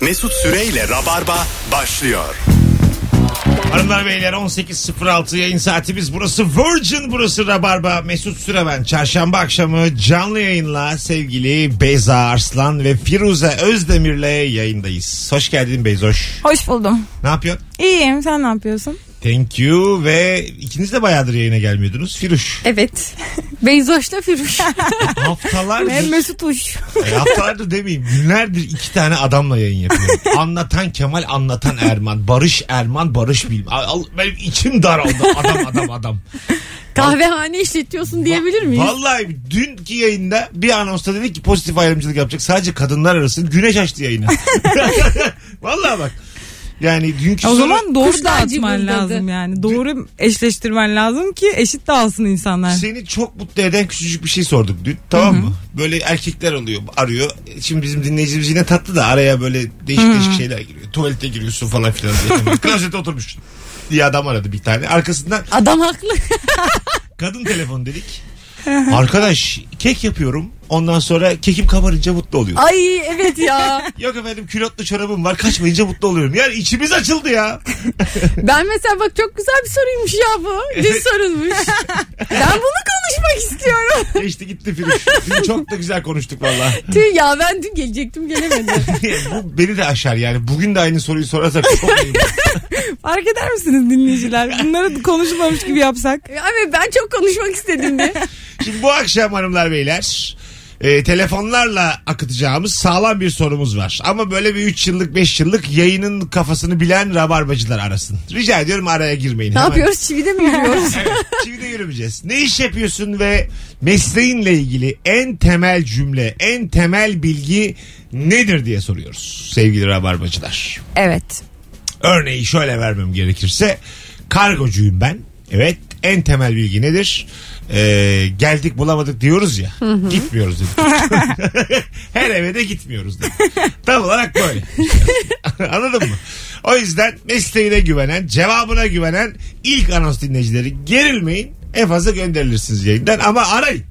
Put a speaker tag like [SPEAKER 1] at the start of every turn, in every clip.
[SPEAKER 1] Mesut Süreyle Rabarba başlıyor.
[SPEAKER 2] Hanımlar beyler 18.06 yayın saatimiz burası Virgin burası Rabarba Mesut Süremen çarşamba akşamı canlı yayınla sevgili Beyza Arslan ve Firuze Özdemir'le yayındayız. Hoş geldin Beyzoş.
[SPEAKER 3] Hoş buldum.
[SPEAKER 2] Ne yapıyorsun?
[SPEAKER 3] İyiyim sen ne yapıyorsun?
[SPEAKER 2] Thank you ve ikiniz de bayağıdır yayına gelmiyordunuz. Firuş.
[SPEAKER 4] Evet. Beyzoş'la Firuş.
[SPEAKER 3] Ben
[SPEAKER 2] Haftalardır,
[SPEAKER 3] Mesut Uş.
[SPEAKER 2] e, haftalardır demeyeyim günlerdir iki tane adamla yayın yapıyorum. Anlatan Kemal, anlatan Erman. Barış Erman, Barış Bilmem. Al- Benim içim daraldı adam adam adam.
[SPEAKER 4] Kahvehane işletiyorsun diyebilir miyiz?
[SPEAKER 2] Vallahi dünkü yayında bir anonsta dedi ki pozitif ayrımcılık yapacak. Sadece kadınlar arasın. Güneş açtı yayını. Vallahi bak. Yani dünkü
[SPEAKER 3] O
[SPEAKER 2] soru-
[SPEAKER 3] zaman doğru
[SPEAKER 4] kuş tacı
[SPEAKER 3] dağıtman
[SPEAKER 4] buradaydı.
[SPEAKER 3] lazım yani. Doğru eşleştirmen lazım ki eşit dağılsın insanlar.
[SPEAKER 2] Seni çok mutlu eden küçücük bir şey sorduk dün. Tamam mı? Böyle erkekler oluyor, arıyor. Şimdi bizim dinleyicimiz yine tatlı da araya böyle değişik değişik şeyler giriyor. Tuvalete giriyorsun falan filan diye. Klozete oturmuşsun diye adam aradı bir tane. Arkasından
[SPEAKER 4] Adam haklı.
[SPEAKER 2] kadın telefon dedik. Arkadaş kek yapıyorum. Ondan sonra kekim kabarınca mutlu oluyor.
[SPEAKER 4] Ay evet ya.
[SPEAKER 2] Yok efendim külotlu çorabım var kaçmayınca mutlu oluyorum. Yani içimiz açıldı ya.
[SPEAKER 4] Ben mesela bak çok güzel bir soruymuş ya bu. Dün sorulmuş. ben bunu konuşmak istiyorum.
[SPEAKER 2] Geçti gitti Firuş. Dün çok da güzel konuştuk valla.
[SPEAKER 4] Tüh ya ben dün gelecektim gelemedim.
[SPEAKER 2] Bu beni de aşar yani. Bugün de aynı soruyu sorarsak çok iyi.
[SPEAKER 3] Fark eder misiniz dinleyiciler? Bunları konuşmamış gibi yapsak.
[SPEAKER 4] Abi ben çok konuşmak istedim de.
[SPEAKER 2] Şimdi bu akşam hanımlar beyler e, telefonlarla akıtacağımız sağlam bir sorumuz var. Ama böyle bir 3 yıllık 5 yıllık yayının kafasını bilen rabarbacılar arasın. Rica ediyorum araya girmeyin.
[SPEAKER 4] ne
[SPEAKER 2] Hemen-
[SPEAKER 4] yapıyoruz? Çivide mi yürüyoruz?
[SPEAKER 2] Evet, Şimdi de yürümeyeceğiz. Ne iş yapıyorsun ve mesleğinle ilgili en temel cümle, en temel bilgi nedir diye soruyoruz sevgili rabarbacılar.
[SPEAKER 3] Evet.
[SPEAKER 2] Örneği şöyle vermem gerekirse kargocuyum ben. Evet en temel bilgi nedir? Ee, geldik bulamadık diyoruz ya. Gitmiyoruz dedik. Her eve de gitmiyoruz dedik. Tam olarak böyle. Anladın mı? O yüzden mesleğine güvenen, cevabına güvenen ilk anons dinleyicileri gerilmeyin. En fazla gönderilirsiniz yayından ama arayın.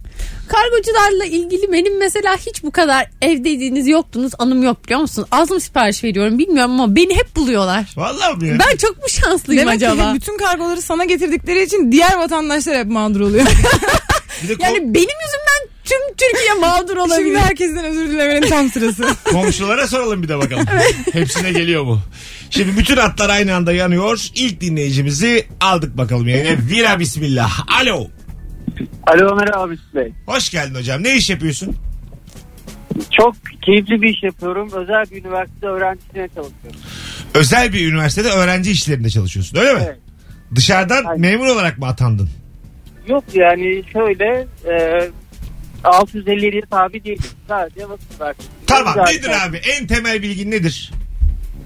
[SPEAKER 4] Kargocularla ilgili benim mesela hiç bu kadar evdeydiniz yoktunuz anım yok biliyor musun? Az mı sipariş veriyorum bilmiyorum ama beni hep buluyorlar.
[SPEAKER 2] Vallahi mi ya?
[SPEAKER 4] Ben çok mu şanslıyım
[SPEAKER 3] Demek
[SPEAKER 4] acaba?
[SPEAKER 3] ki bütün kargoları sana getirdikleri için diğer vatandaşlar hep mağdur oluyor.
[SPEAKER 2] Bir de kom-
[SPEAKER 4] Yani benim yüzümden tüm Türkiye mağdur
[SPEAKER 3] Şimdi
[SPEAKER 4] olabilir.
[SPEAKER 3] herkesten özür dilemenin tam sırası.
[SPEAKER 2] Komşulara soralım bir de bakalım. Hepsine geliyor mu? Şimdi bütün atlar aynı anda yanıyor. İlk dinleyicimizi aldık bakalım yani. Vira bismillah. Alo.
[SPEAKER 5] Alo merhaba Mesut Bey.
[SPEAKER 2] Hoş geldin hocam. Ne iş yapıyorsun?
[SPEAKER 5] Çok keyifli bir iş yapıyorum. Özel bir üniversite öğrencisine çalışıyorum.
[SPEAKER 2] Özel bir üniversitede öğrenci işlerinde çalışıyorsun öyle mi?
[SPEAKER 5] Evet.
[SPEAKER 2] Dışarıdan
[SPEAKER 5] Aynen.
[SPEAKER 2] memur olarak mı atandın?
[SPEAKER 5] Yok yani şöyle e, 657'ye tabi değilim. Sadece vakıf üniversitesi.
[SPEAKER 2] Tamam
[SPEAKER 5] Zaten
[SPEAKER 2] nedir abi? En temel bilgin nedir?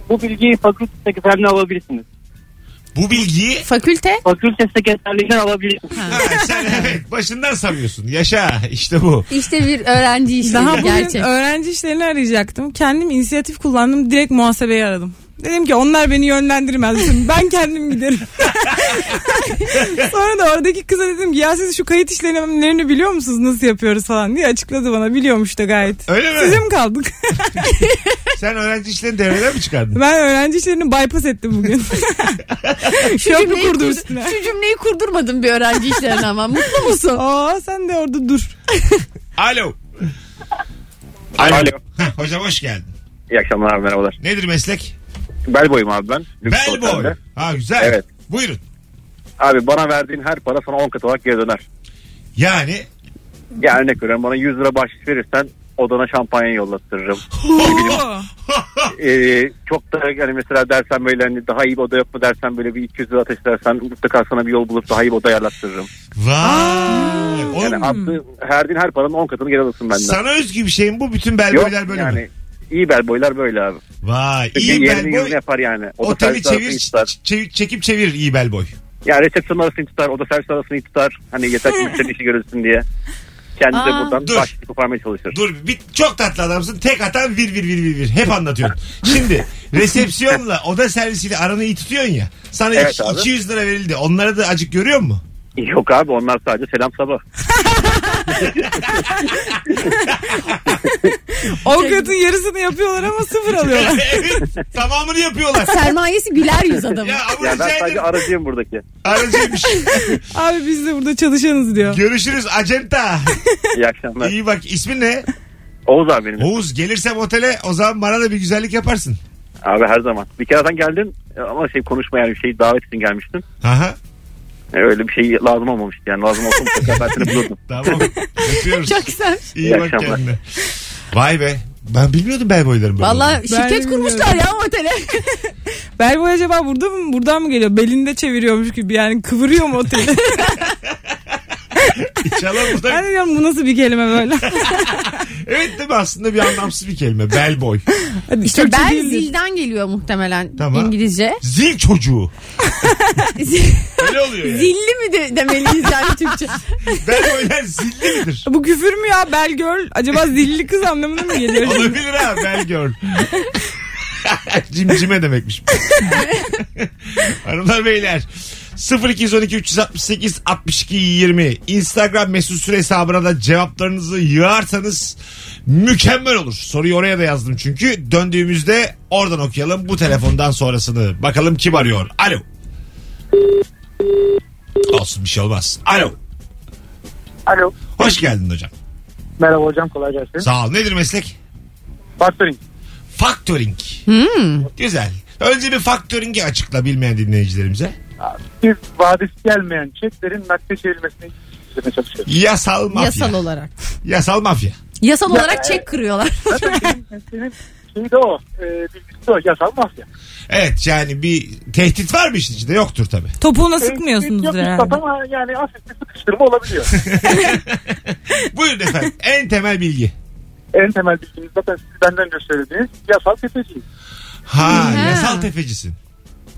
[SPEAKER 5] Bu bilgiyi fakülte sekreterine alabilirsiniz.
[SPEAKER 2] Bu bilgiyi
[SPEAKER 4] Fakülte?
[SPEAKER 5] Fakülte sekreterliğinden alabilirsiniz.
[SPEAKER 2] ha, sen evet başından savuyorsun. Yaşa işte bu.
[SPEAKER 4] İşte bir öğrenci işleri
[SPEAKER 3] Daha bugün
[SPEAKER 4] gerçek.
[SPEAKER 3] öğrenci işlerini arayacaktım. Kendim inisiyatif kullandım. Direkt muhasebeyi aradım. Dedim ki onlar beni yönlendirmez. Dedim, ben kendim giderim. Sonra da oradaki kıza dedim ki ya siz şu kayıt işlemlerini biliyor musunuz nasıl yapıyoruz falan diye açıkladı bana. Biliyormuş da gayet.
[SPEAKER 2] Öyle mi?
[SPEAKER 3] Size mi kaldık?
[SPEAKER 2] Sen öğrenci işlerini devreden mi çıkardın?
[SPEAKER 3] Ben öğrenci işlerini bypass ettim bugün.
[SPEAKER 4] şu,
[SPEAKER 3] Köprü
[SPEAKER 4] cümleyi
[SPEAKER 3] kurdum
[SPEAKER 4] kurdu-
[SPEAKER 3] üstüne.
[SPEAKER 4] şu cümleyi kurdurmadım bir öğrenci işlerine ama. Mutlu musun?
[SPEAKER 3] Aa sen de orada dur.
[SPEAKER 2] Alo.
[SPEAKER 6] Alo.
[SPEAKER 2] Heh, hocam hoş geldin.
[SPEAKER 6] İyi akşamlar abi merhabalar.
[SPEAKER 2] Nedir meslek?
[SPEAKER 6] Bel boyum abi ben. Lüks
[SPEAKER 2] Bel boy.
[SPEAKER 6] otelde.
[SPEAKER 2] Ha güzel.
[SPEAKER 6] Evet.
[SPEAKER 2] Buyurun.
[SPEAKER 6] Abi bana verdiğin her para sana 10 kat olarak geri döner.
[SPEAKER 2] Yani
[SPEAKER 6] Yani örnek veriyorum bana 100 lira bahşiş verirsen odana şampanya yollattırırım. Ee, çok da yani mesela dersen böyle hani daha iyi bir oda yapma dersen böyle bir 200 lira ateşlersen mutlaka sana bir yol bulup daha iyi bir oda ayarlattırırım.
[SPEAKER 2] vay. Oğlum,
[SPEAKER 6] Yani attığın verdiğin her paranın 10 katını geri alırsın benden.
[SPEAKER 2] sana özgü bir şey mi bu? Bütün bel
[SPEAKER 6] Yok
[SPEAKER 2] boylar böyle
[SPEAKER 6] yani
[SPEAKER 2] mi?
[SPEAKER 6] iyi bel boylar böyle abi.
[SPEAKER 2] Vay.
[SPEAKER 6] Çünkü
[SPEAKER 2] iyi bel
[SPEAKER 6] yerini
[SPEAKER 2] boy.
[SPEAKER 6] yerini yapar yani. O da
[SPEAKER 2] Oteli
[SPEAKER 6] servis
[SPEAKER 2] çevir,
[SPEAKER 6] arasını tutar.
[SPEAKER 2] çevir- çekip çevir iyi bel boy.
[SPEAKER 6] Yani resepsiyon arasını tutar, oda servis arasını tutar. Hani yeter ki müşteri işi görülsün diye. Kendisi de
[SPEAKER 4] Aa.
[SPEAKER 6] buradan
[SPEAKER 2] Dur.
[SPEAKER 6] başlık koparmaya çalışır.
[SPEAKER 2] Dur bir, çok tatlı adamsın. Tek atan vir vir vir vir vir. Hep anlatıyorsun. Şimdi resepsiyonla oda servisiyle aranı iyi tutuyorsun ya. Sana
[SPEAKER 6] Evet
[SPEAKER 2] iki-
[SPEAKER 6] abi.
[SPEAKER 2] 200 lira verildi. Onlara da acık görüyor mu?
[SPEAKER 6] Yok abi onlar sadece selam sabah.
[SPEAKER 4] Şey-
[SPEAKER 3] Avukatın yarısını yapıyorlar ama sıfır alıyorlar.
[SPEAKER 2] evet, tamamını yapıyorlar.
[SPEAKER 4] Sermayesi güler yüz adamın.
[SPEAKER 2] Ya ama
[SPEAKER 6] Ya
[SPEAKER 2] rica
[SPEAKER 6] ben sadece
[SPEAKER 2] ederim.
[SPEAKER 6] aracıyım buradaki.
[SPEAKER 2] Aracıymış.
[SPEAKER 3] Abi biz de burada çalışanız diyor.
[SPEAKER 2] Görüşürüz acenta.
[SPEAKER 6] İyi akşamlar.
[SPEAKER 2] İyi bak ismin ne?
[SPEAKER 6] Oğuz abi benim.
[SPEAKER 2] Oğuz gelirsem otele o zaman bana da bir güzellik yaparsın.
[SPEAKER 6] Abi her zaman. Bir kereden geldin ama şey konuşma yani bir şey davet için gelmiştin.
[SPEAKER 2] Aha
[SPEAKER 6] E, Öyle bir şey lazım olmamıştı yani lazım olsa mutlaka ben seni bulurdum.
[SPEAKER 2] tamam. Öpüyoruz.
[SPEAKER 4] Çok güzel.
[SPEAKER 2] İyi,
[SPEAKER 6] İyi
[SPEAKER 2] bak
[SPEAKER 6] akşamlar.
[SPEAKER 2] kendine. Vay be. Ben bilmiyordum bel boylarım böyle.
[SPEAKER 4] Valla şirket
[SPEAKER 3] bilmiyorum.
[SPEAKER 4] kurmuşlar ya otele.
[SPEAKER 3] Bel boy acaba burada mı, buradan mı geliyor? Belinde çeviriyormuş gibi yani kıvırıyor mu oteli?
[SPEAKER 2] İnşallah bu
[SPEAKER 3] ben
[SPEAKER 2] da...
[SPEAKER 3] de diyorum bu nasıl bir kelime böyle?
[SPEAKER 2] Evet değil mi aslında bir anlamsız bir kelime. Bel boy.
[SPEAKER 3] Hadi
[SPEAKER 4] İşte
[SPEAKER 3] Türkçe
[SPEAKER 4] bel
[SPEAKER 3] değildir.
[SPEAKER 4] zilden geliyor muhtemelen
[SPEAKER 2] Tamam.
[SPEAKER 4] İngilizce.
[SPEAKER 2] Zil çocuğu.
[SPEAKER 4] Zil-
[SPEAKER 2] Öyle oluyor yani.
[SPEAKER 4] Zilli mi de demeliyiz yani Türkçe?
[SPEAKER 2] Bel boylar zilli midir?
[SPEAKER 3] Bu küfür mü ya bel girl? Acaba zilli kız anlamına mı geliyor?
[SPEAKER 2] Olabilir ha bel gör. Cimcime demekmiş. Hanımlar beyler 0212 368 62 20 Instagram mesut süre hesabına da cevaplarınızı yığarsanız mükemmel olur. Soruyu oraya da yazdım çünkü döndüğümüzde oradan okuyalım bu telefondan sonrasını. Bakalım kim arıyor? Alo. Olsun bir şey olmaz. Alo.
[SPEAKER 5] Alo.
[SPEAKER 2] Hoş geldin hocam.
[SPEAKER 5] Merhaba hocam kolay gelsin.
[SPEAKER 2] Sağ ol. Nedir meslek?
[SPEAKER 5] Factoring.
[SPEAKER 2] Factoring. Güzel. Önce bir factoring'i açıkla bilmeyen dinleyicilerimize.
[SPEAKER 5] Biz vadesi gelmeyen çeklerin nakde çevrilmesini izlemeye çalışıyoruz.
[SPEAKER 2] Yasal mafya.
[SPEAKER 4] Yasal
[SPEAKER 2] Yasal,
[SPEAKER 4] olarak.
[SPEAKER 2] mafya.
[SPEAKER 4] Yasal olarak çek kırıyorlar.
[SPEAKER 5] Zaten benim mesleğimin şeyi de o. E, bilgisi de o. Yasal mafya.
[SPEAKER 2] Evet yani bir tehdit var mı işin içinde? Yoktur tabii.
[SPEAKER 3] Topuğuna
[SPEAKER 5] Yok,
[SPEAKER 3] sıkmıyorsunuzdur
[SPEAKER 5] yok,
[SPEAKER 3] herhalde.
[SPEAKER 5] E, Ama yani hafif bir sıkıştırma olabiliyor.
[SPEAKER 2] Buyurun efendim. en temel bilgi.
[SPEAKER 5] en temel bilgimiz zaten siz benden önce söylediğiniz yasal tefeciyiz.
[SPEAKER 2] Ha,
[SPEAKER 4] Ha.
[SPEAKER 2] yasal tefecisin.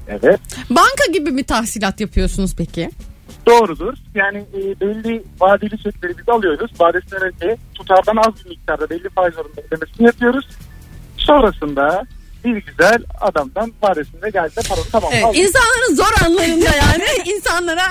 [SPEAKER 5] Evet.
[SPEAKER 4] Banka gibi mi tahsilat yapıyorsunuz peki?
[SPEAKER 5] Doğrudur. Yani e, belli vadeli çekleri biz alıyoruz. Vadesinden önce tutardan az bir miktarda belli faiz oranında ödemesini yapıyoruz. Sonrasında bir güzel adamdan vadesinde geldi de paranı tamam
[SPEAKER 4] Evet,
[SPEAKER 5] aldık.
[SPEAKER 4] insanların zor anlarında yani insanlara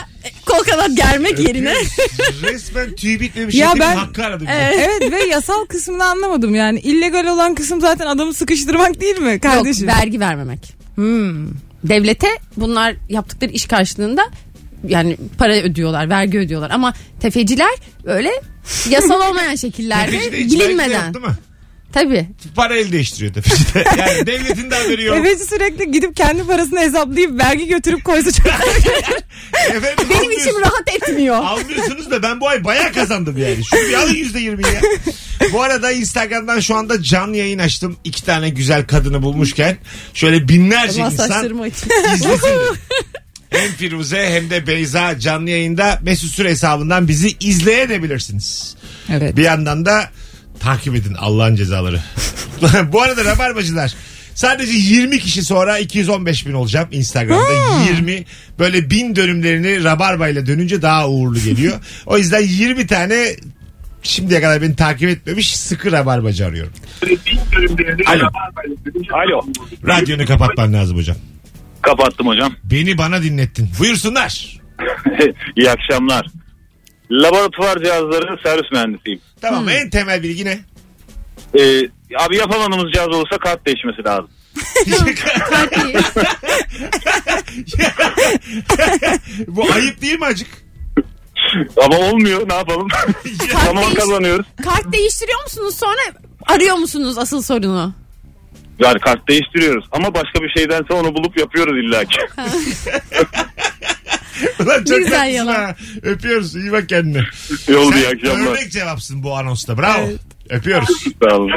[SPEAKER 4] kol kanat germek yerine.
[SPEAKER 2] Öpüyoruz. Resmen tüy bitmemiş
[SPEAKER 3] Ya
[SPEAKER 2] yeterin
[SPEAKER 3] ben-
[SPEAKER 2] hakkı aradım. ben.
[SPEAKER 3] Evet ve yasal kısmını anlamadım yani. illegal olan kısım zaten adamı sıkıştırmak değil mi
[SPEAKER 4] Yok
[SPEAKER 3] kardeşim?
[SPEAKER 4] vergi vermemek.
[SPEAKER 3] Hmm.
[SPEAKER 4] Devlete bunlar yaptıkları iş karşılığında yani para ödüyorlar, vergi ödüyorlar ama tefeciler böyle yasal olmayan şekillerde
[SPEAKER 2] Tefeci de hiç belki de
[SPEAKER 4] bilinmeden.
[SPEAKER 2] yok, değil mi?
[SPEAKER 4] Tabii.
[SPEAKER 2] Para el değiştiriyor tefeci de. Yani devletin de haberi yok.
[SPEAKER 3] Tefeci sürekli gidip kendi parasını hesaplayıp vergi götürüp koysa çok
[SPEAKER 2] Efendim,
[SPEAKER 4] Benim
[SPEAKER 2] almıyorsun.
[SPEAKER 4] içim rahat etmiyor.
[SPEAKER 2] Almıyorsunuz da ben bu ay bayağı kazandım yani. Şunu bir alın yüzde yirmi ya. Bu arada Instagram'dan şu anda canlı yayın açtım. İki tane güzel kadını bulmuşken şöyle binlerce
[SPEAKER 4] Allah
[SPEAKER 2] insan
[SPEAKER 4] saçlarımı için.
[SPEAKER 2] izlesin. hem Firuze hem de Beyza canlı yayında Mesut Süre hesabından bizi izleyebilirsiniz.
[SPEAKER 3] Evet.
[SPEAKER 2] Bir yandan da takip edin Allah'ın cezaları. Bu arada Rabarbacılar sadece 20 kişi sonra 215 bin olacağım Instagram'da 20 böyle bin dönümlerini Rabarbayla dönünce daha uğurlu geliyor. o yüzden 20 tane şimdiye kadar beni takip etmemiş sıkı Rabarbacı arıyorum. Alo.
[SPEAKER 7] Alo.
[SPEAKER 2] Radyonu kapatman lazım hocam.
[SPEAKER 7] Kapattım hocam.
[SPEAKER 2] Beni bana dinlettin. Buyursunlar.
[SPEAKER 7] İyi akşamlar. Laboratuvar cihazları servis mühendisiyim.
[SPEAKER 2] Tamam en temel bilgi ne?
[SPEAKER 7] Ee, abi yapamadığımız cihaz olursa kart değişmesi lazım.
[SPEAKER 2] Bu ayıp değil mi acık?
[SPEAKER 7] Ama olmuyor ne yapalım. Zaman
[SPEAKER 4] değiş-
[SPEAKER 7] kazanıyoruz.
[SPEAKER 4] Kart değiştiriyor musunuz sonra arıyor musunuz asıl sorunu?
[SPEAKER 7] Yani kart değiştiriyoruz. Ama başka bir şeydense onu bulup yapıyoruz illaki.
[SPEAKER 2] Ulan çok
[SPEAKER 4] Güzel
[SPEAKER 2] haklısın
[SPEAKER 4] yalan.
[SPEAKER 2] ha. Öpüyoruz. İyi bak kendine.
[SPEAKER 7] İyi oldu iyi
[SPEAKER 2] Sen
[SPEAKER 7] akşamlar.
[SPEAKER 2] Örnek cevapsın bu anonsta. Bravo. Öpüyoruz.
[SPEAKER 7] Sağ olun.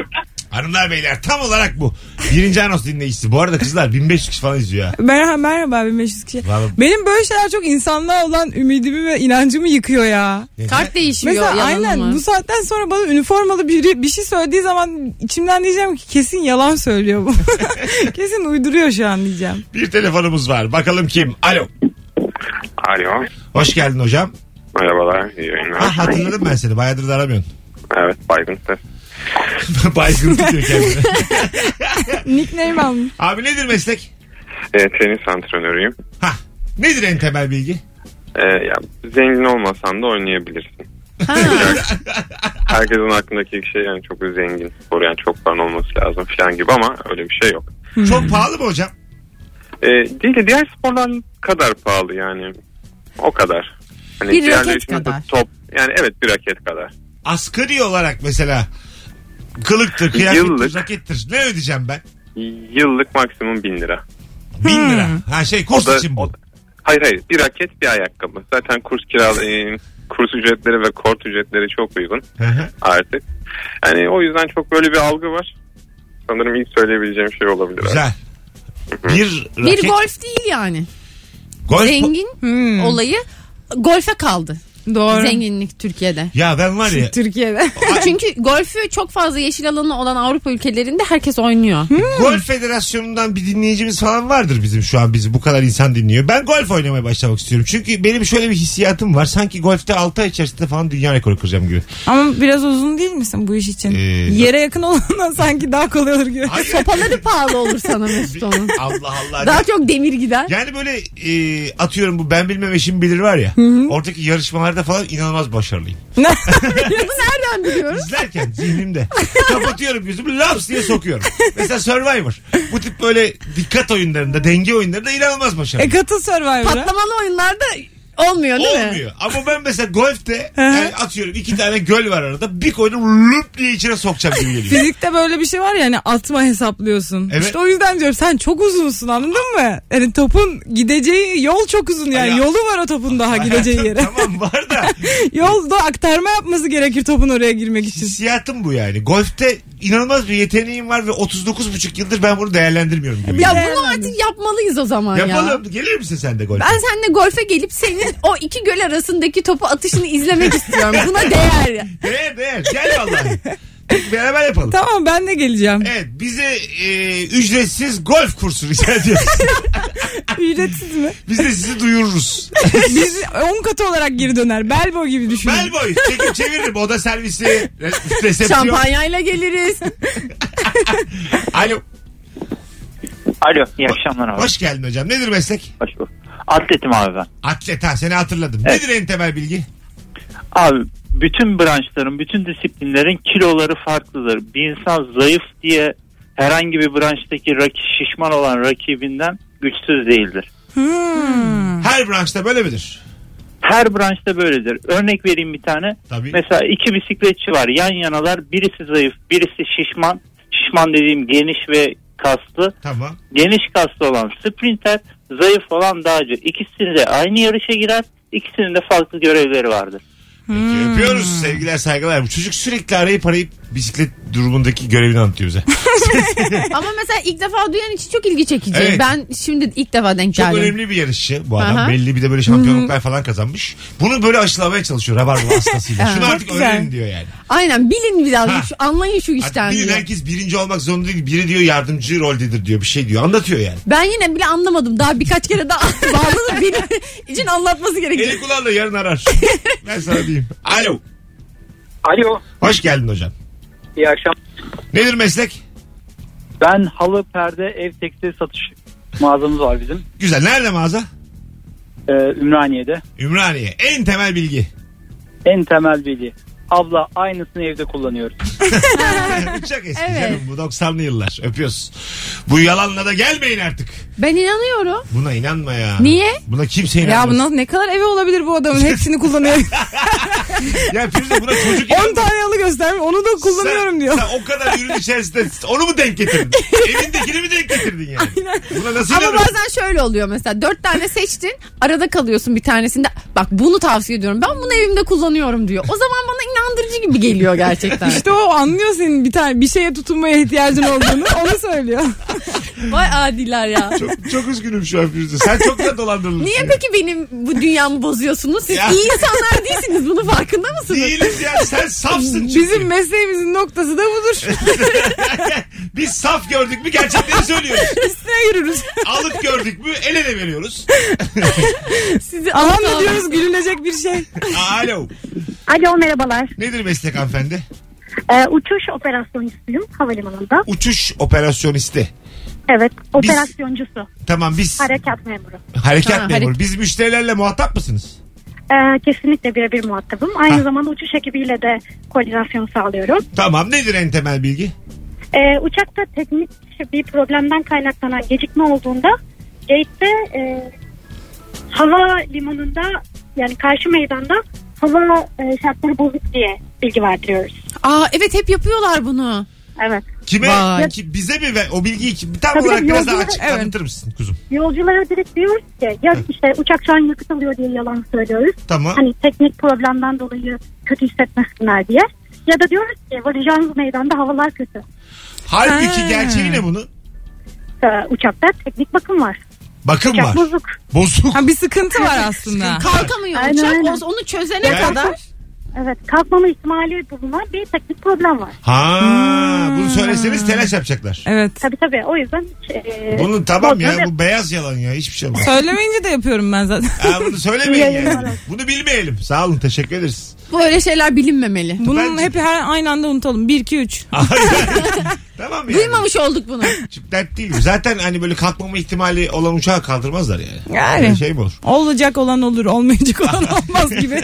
[SPEAKER 2] Hanımlar beyler tam olarak bu. Birinci anons dinleyicisi. Bu arada kızlar 1500 kişi falan izliyor ha.
[SPEAKER 3] Merhaba merhaba bir meşhur kişi.
[SPEAKER 2] Vallahi-
[SPEAKER 3] Benim böyle şeyler çok insanlığa olan ümidimi ve inancımı yıkıyor ya.
[SPEAKER 2] Neden?
[SPEAKER 4] Kart değişiyor
[SPEAKER 3] Mesela
[SPEAKER 4] yalanı
[SPEAKER 3] aynen
[SPEAKER 4] mı?
[SPEAKER 3] bu saatten sonra bana üniformalı biri bir şey söylediği zaman içimden diyeceğim ki kesin yalan söylüyor bu. kesin uyduruyor şu an diyeceğim.
[SPEAKER 2] Bir telefonumuz var. Bakalım kim? Alo.
[SPEAKER 8] Alo.
[SPEAKER 2] Hoş geldin hocam.
[SPEAKER 8] Merhabalar. iyi yayınlar.
[SPEAKER 2] Ah hatırladım ben seni. Bayağıdır da aramıyorsun.
[SPEAKER 8] Evet baygın ses.
[SPEAKER 2] Baygın tutuyor kendini.
[SPEAKER 3] Nickname almış.
[SPEAKER 2] Abi nedir meslek?
[SPEAKER 8] E, tenis antrenörüyüm.
[SPEAKER 2] Ha. Nedir en temel bilgi?
[SPEAKER 8] E, ya, zengin olmasan da oynayabilirsin. Herkesin aklındaki ilk şey yani çok zengin spor yani çok paran olması lazım falan gibi ama öyle bir şey yok.
[SPEAKER 2] Çok pahalı mı hocam?
[SPEAKER 8] Ee, değil de diğer sporlar kadar pahalı yani. O kadar. Hani
[SPEAKER 4] Bir
[SPEAKER 8] diğerleri
[SPEAKER 4] raket
[SPEAKER 8] için de
[SPEAKER 4] kadar.
[SPEAKER 8] Top, yani evet bir raket kadar.
[SPEAKER 2] Asgari olarak mesela kılıktır, kıyafettir,
[SPEAKER 8] Yıllık.
[SPEAKER 2] rakettir. Ne ödeyeceğim ben?
[SPEAKER 8] Yıllık maksimum bin lira.
[SPEAKER 2] Bin lira. Ha şey kurs
[SPEAKER 8] da-
[SPEAKER 2] için
[SPEAKER 8] o
[SPEAKER 2] bu.
[SPEAKER 8] da- hayır hayır bir raket bir ayakkabı. Zaten kurs kiralı e, kurs ücretleri ve kort ücretleri çok uygun
[SPEAKER 2] Hı hı.
[SPEAKER 8] artık. Yani o yüzden çok böyle bir algı var. Sanırım ilk söyleyebileceğim şey olabilir.
[SPEAKER 2] Güzel. Bir raket.
[SPEAKER 4] Bir golf değil yani.
[SPEAKER 2] Golf-
[SPEAKER 4] Zengin
[SPEAKER 3] Hmm.
[SPEAKER 4] olayı golfe kaldı.
[SPEAKER 3] Doğru.
[SPEAKER 4] Zenginlik Türkiye'de.
[SPEAKER 2] Ya ben var ya
[SPEAKER 3] Türkiye'de.
[SPEAKER 4] Çünkü golfü çok fazla yeşil alanı olan Avrupa ülkelerinde herkes oynuyor.
[SPEAKER 2] Golf Federasyonu'ndan bir dinleyicimiz falan vardır bizim şu an bizi bu kadar insan dinliyor. Ben golf oynamaya başlamak istiyorum. Çünkü benim şöyle bir hissiyatım var. Sanki golfte 6 ay içerisinde falan dünya rekoru kıracağım gibi.
[SPEAKER 3] Ama biraz uzun değil misin bu iş için?
[SPEAKER 2] Ee,
[SPEAKER 3] Yere yakın olandan sanki daha kolay olur gibi.
[SPEAKER 2] Hayır.
[SPEAKER 4] Sopaları pahalı olur sana Mesut onun.
[SPEAKER 2] Allah Allah.
[SPEAKER 4] Daha çok demir gider.
[SPEAKER 2] Yani böyle e, atıyorum bu ben bilmem eşim bilir var ya. Oradaki yarışmalarda falan inanılmaz başarılıyım.
[SPEAKER 4] Nereden biliyoruz?
[SPEAKER 2] İzlerken zihnimde kapatıyorum gözümü laps diye sokuyorum. Mesela Survivor. Bu tip böyle dikkat oyunlarında, denge oyunlarında inanılmaz
[SPEAKER 3] E
[SPEAKER 2] başarılıyım.
[SPEAKER 3] katıl Survivor'a.
[SPEAKER 4] Patlamalı oyunlarda olmuyor değil mi?
[SPEAKER 2] Olmuyor. Ama ben mesela golfte yani atıyorum iki tane göl var arada. Bir koydum lüp diye içine sokacağım gibi geliyor.
[SPEAKER 3] Fizikte böyle bir şey var ya hani atma hesaplıyorsun.
[SPEAKER 2] Evet.
[SPEAKER 3] İşte o yüzden diyorum sen çok uzunsun anladın mı? Yani topun gideceği yol çok uzun yani.
[SPEAKER 2] Ya.
[SPEAKER 3] Yolu var o topun daha gideceği yere.
[SPEAKER 2] tamam var da
[SPEAKER 3] Yolda aktarma yapması gerekir topun oraya girmek için.
[SPEAKER 2] hissiyatım bu yani. Golfte inanılmaz bir yeteneğim var ve 39,5 yıldır ben bunu değerlendirmiyorum gibi.
[SPEAKER 4] Ya
[SPEAKER 2] geliyor.
[SPEAKER 4] bunu artık yapmalıyız o zaman ya.
[SPEAKER 2] Yapalım. Gelir misin sen de golfe?
[SPEAKER 4] Ben seninle golfe gelip senin o iki göl arasındaki topu atışını izlemek istiyorum. Buna değer.
[SPEAKER 2] Değer değer. Gel vallahi. Beraber yapalım.
[SPEAKER 3] Tamam ben de geleceğim.
[SPEAKER 2] Evet bize e, ücretsiz golf kursu rica ediyoruz.
[SPEAKER 3] Ücretsiz mi?
[SPEAKER 2] Biz de sizi duyururuz.
[SPEAKER 3] Biz 10 katı olarak geri döner. Belbo gibi düşün.
[SPEAKER 2] Melboy çekip çeviririm. Oda servisi, re- resepsiyon.
[SPEAKER 4] Şampanyayla geliriz.
[SPEAKER 2] Alo.
[SPEAKER 9] Alo iyi akşamlar abi.
[SPEAKER 2] Hoş geldin hocam. Nedir meslek?
[SPEAKER 9] Hoş bulduk. Atletim abi ben.
[SPEAKER 2] Atlet ha seni hatırladım.
[SPEAKER 9] Evet.
[SPEAKER 2] Nedir en temel bilgi?
[SPEAKER 9] Abi bütün branşların, bütün disiplinlerin kiloları farklıdır. Bir insan zayıf diye herhangi bir branştaki raki, şişman olan rakibinden güçsüz değildir.
[SPEAKER 2] Her branşta böyle midir?
[SPEAKER 9] Her branşta böyledir. Örnek vereyim bir tane.
[SPEAKER 2] Tabii.
[SPEAKER 9] Mesela iki bisikletçi var yan yanalar. Birisi zayıf, birisi şişman. Şişman dediğim geniş ve kaslı.
[SPEAKER 2] Tamam.
[SPEAKER 9] Geniş kaslı olan sprinter, zayıf olan dağcı. İkisini de aynı yarışa girer. İkisinin de farklı görevleri vardır.
[SPEAKER 2] Peki, Öpüyoruz sevgiler saygılar. Bu çocuk sürekli arayıp arayıp bisiklet durumundaki görevini anlatıyor bize.
[SPEAKER 4] Ama mesela ilk defa duyan için çok ilgi çekici.
[SPEAKER 2] Evet.
[SPEAKER 4] Ben şimdi ilk defa denk
[SPEAKER 2] Çok
[SPEAKER 4] geldim.
[SPEAKER 2] önemli bir yarışçı bu adam.
[SPEAKER 4] Aha.
[SPEAKER 2] Belli bir de böyle şampiyonluklar falan kazanmış. Bunu böyle aşılamaya çalışıyor Rabarba hastasıyla. Şunu
[SPEAKER 4] Evet.
[SPEAKER 2] artık
[SPEAKER 3] Güzel.
[SPEAKER 2] öğrenin diyor yani.
[SPEAKER 4] Aynen bilin
[SPEAKER 2] Ha.
[SPEAKER 4] birazcık şu, anlayın şu işten
[SPEAKER 2] Artık bilin
[SPEAKER 4] diye.
[SPEAKER 2] herkes birinci olmak zorunda değil. Biri diyor yardımcı roldedir diyor bir şey diyor. Anlatıyor yani.
[SPEAKER 4] Ben yine bile anlamadım. Daha birkaç kere daha bağlanıp benim için anlatması gerekiyor.
[SPEAKER 2] Eli kulağıyla yarın arar. ben sana diyeyim. Alo.
[SPEAKER 5] Alo.
[SPEAKER 2] Hoş geldin hocam.
[SPEAKER 5] İyi akşam.
[SPEAKER 2] Nedir meslek?
[SPEAKER 5] Ben halı, perde, ev tekstil satış mağazamız var bizim.
[SPEAKER 2] Güzel. Nerede mağaza?
[SPEAKER 5] Ee, Ümraniye'de.
[SPEAKER 2] Ümraniye. En temel bilgi.
[SPEAKER 5] En temel bilgi. Abla aynısını evde kullanıyoruz.
[SPEAKER 2] Uçak eski
[SPEAKER 4] Evet.
[SPEAKER 2] canım bu 90'lı yıllar. Öpüyoruz. Bu yalanla da gelmeyin artık.
[SPEAKER 4] Ben inanıyorum.
[SPEAKER 2] Buna inanma ya.
[SPEAKER 4] Niye?
[SPEAKER 2] Buna kimse
[SPEAKER 3] Ya
[SPEAKER 2] inanmaz. Ya,
[SPEAKER 3] buna ne kadar evi olabilir bu adamın hepsini kullanıyor.
[SPEAKER 2] Firuze buna çocuk
[SPEAKER 3] 10 tane yalı göstermiş onu da kullanıyorum
[SPEAKER 2] Sen-
[SPEAKER 3] diyor.
[SPEAKER 2] Sen o kadar ürün içerisinde onu mu denk getirdin? Evindekini mi denk getirdin yani? Buna nasıl
[SPEAKER 4] Ama
[SPEAKER 2] inanıyorsun?
[SPEAKER 4] bazen şöyle oluyor mesela dört tane seçtin arada kalıyorsun bir tanesinde bak bunu tavsiye ediyorum ben bunu evimde kullanıyorum diyor. O zaman bana inandırıcı gibi geliyor gerçekten.
[SPEAKER 3] İşte o anlıyor senin bir tane bir şeye tutunmaya ihtiyacın olduğunu onu söylüyor.
[SPEAKER 4] Vay adiler ya.
[SPEAKER 2] Çok, çok üzgünüm şu an Firuze. Sen çok da dolandırılmışsın.
[SPEAKER 4] Niye
[SPEAKER 2] ya.
[SPEAKER 4] peki benim bu dünyamı bozuyorsunuz? Siz
[SPEAKER 2] Ya.
[SPEAKER 4] iyi insanlar değilsiniz bunun farkında mısınız?
[SPEAKER 2] Değiliz ya sen safsın çünkü.
[SPEAKER 3] Bizim mesleğimizin noktası da budur.
[SPEAKER 2] Biz saf gördük mü gerçekleri söylüyoruz.
[SPEAKER 3] Üstüne yürürüz.
[SPEAKER 2] Alıp gördük mü el ele veriyoruz.
[SPEAKER 4] Sizi
[SPEAKER 3] Aman
[SPEAKER 4] Allah
[SPEAKER 3] da
[SPEAKER 4] diyoruz.
[SPEAKER 3] diyoruz gülünecek bir şey.
[SPEAKER 2] Alo.
[SPEAKER 10] Alo merhabalar.
[SPEAKER 2] Nedir meslek hanımefendi?
[SPEAKER 10] Ee, uçuş operasyoncusuyum havalimanında.
[SPEAKER 2] Uçuş operasyonisti.
[SPEAKER 10] Evet operasyoncusu.
[SPEAKER 2] Tamam biz
[SPEAKER 10] Harekat memuru.
[SPEAKER 2] Harekat
[SPEAKER 4] Ha,
[SPEAKER 2] memuru.
[SPEAKER 4] hareket.
[SPEAKER 2] Biz müşterilerle muhatap mısınız?
[SPEAKER 10] Ee, kesinlikle birebir muhatabım. Aynı
[SPEAKER 2] Ha.
[SPEAKER 10] zamanda uçuş ekibiyle de koordinasyonu sağlıyorum.
[SPEAKER 2] Tamam nedir en temel bilgi?
[SPEAKER 10] Ee, uçakta teknik bir problemden kaynaklanan gecikme olduğunda gate'de e, hava limanında yani karşı meydanda hava e, şartları bozuk diye bilgi verdiriyoruz.
[SPEAKER 4] Aa evet hep yapıyorlar bunu.
[SPEAKER 10] Evet.
[SPEAKER 2] Kime?
[SPEAKER 4] Vay.
[SPEAKER 2] Ki bize mi? Ver? O bilgiyi kim? Tam
[SPEAKER 10] Tabii
[SPEAKER 2] olarak
[SPEAKER 10] tabii,
[SPEAKER 2] biraz daha
[SPEAKER 10] yolculuk-
[SPEAKER 2] açık
[SPEAKER 3] evet.
[SPEAKER 2] anlatır mısın kuzum?
[SPEAKER 10] Yolculara direkt diyoruz ki ya işte uçak şu an yakıt alıyor diye yalan söylüyoruz.
[SPEAKER 2] Tamam.
[SPEAKER 10] Hani teknik problemden dolayı kötü hissetmesinler diye. Ya da diyoruz ki varacağınız meydanda havalar kötü.
[SPEAKER 2] Halbuki
[SPEAKER 3] Ha.
[SPEAKER 2] gerçeği ne bunun?
[SPEAKER 10] Ee, uçakta teknik bakım var.
[SPEAKER 2] Bakım
[SPEAKER 10] Uçak
[SPEAKER 2] var.
[SPEAKER 10] bozuk.
[SPEAKER 2] Bozuk.
[SPEAKER 3] Ha, bir sıkıntı var aslında.
[SPEAKER 4] Kalkamıyor
[SPEAKER 10] Aynen,
[SPEAKER 4] uçak.
[SPEAKER 10] aynen.
[SPEAKER 4] O- Onu çözene
[SPEAKER 2] Evet.
[SPEAKER 4] kadar.
[SPEAKER 10] Evet kalkmama ihtimali bulunan bir teknik problem var.
[SPEAKER 2] Ha, bunu söyleseniz telaş yapacaklar.
[SPEAKER 3] Evet.
[SPEAKER 10] Tabii tabii o yüzden hiç, e,
[SPEAKER 2] Bunun tamam ya
[SPEAKER 10] bozma-
[SPEAKER 2] bu beyaz yalan ya hiçbir şey olmaz.
[SPEAKER 3] Söylemeyince de yapıyorum ben zaten.
[SPEAKER 2] Ha, bunu söylemeyin
[SPEAKER 10] İyi yayınlar
[SPEAKER 2] yani.
[SPEAKER 10] olsun.
[SPEAKER 2] Bunu bilmeyelim. Sağ olun teşekkür ederiz.
[SPEAKER 4] Böyle şeyler bilinmemeli.
[SPEAKER 3] Bunun
[SPEAKER 2] Bence-
[SPEAKER 3] hep her aynı anda unutalım. 1 2 3.
[SPEAKER 2] tamam yani.
[SPEAKER 4] Duymamış olduk bunu.
[SPEAKER 2] Çok Dert değil. Zaten hani böyle kalkmama ihtimali olan uçağı kaldırmazlar yani.
[SPEAKER 3] Yani.
[SPEAKER 2] Böyle şey mi olur?
[SPEAKER 3] Olacak olan olur, olmayacak olan olmaz gibi.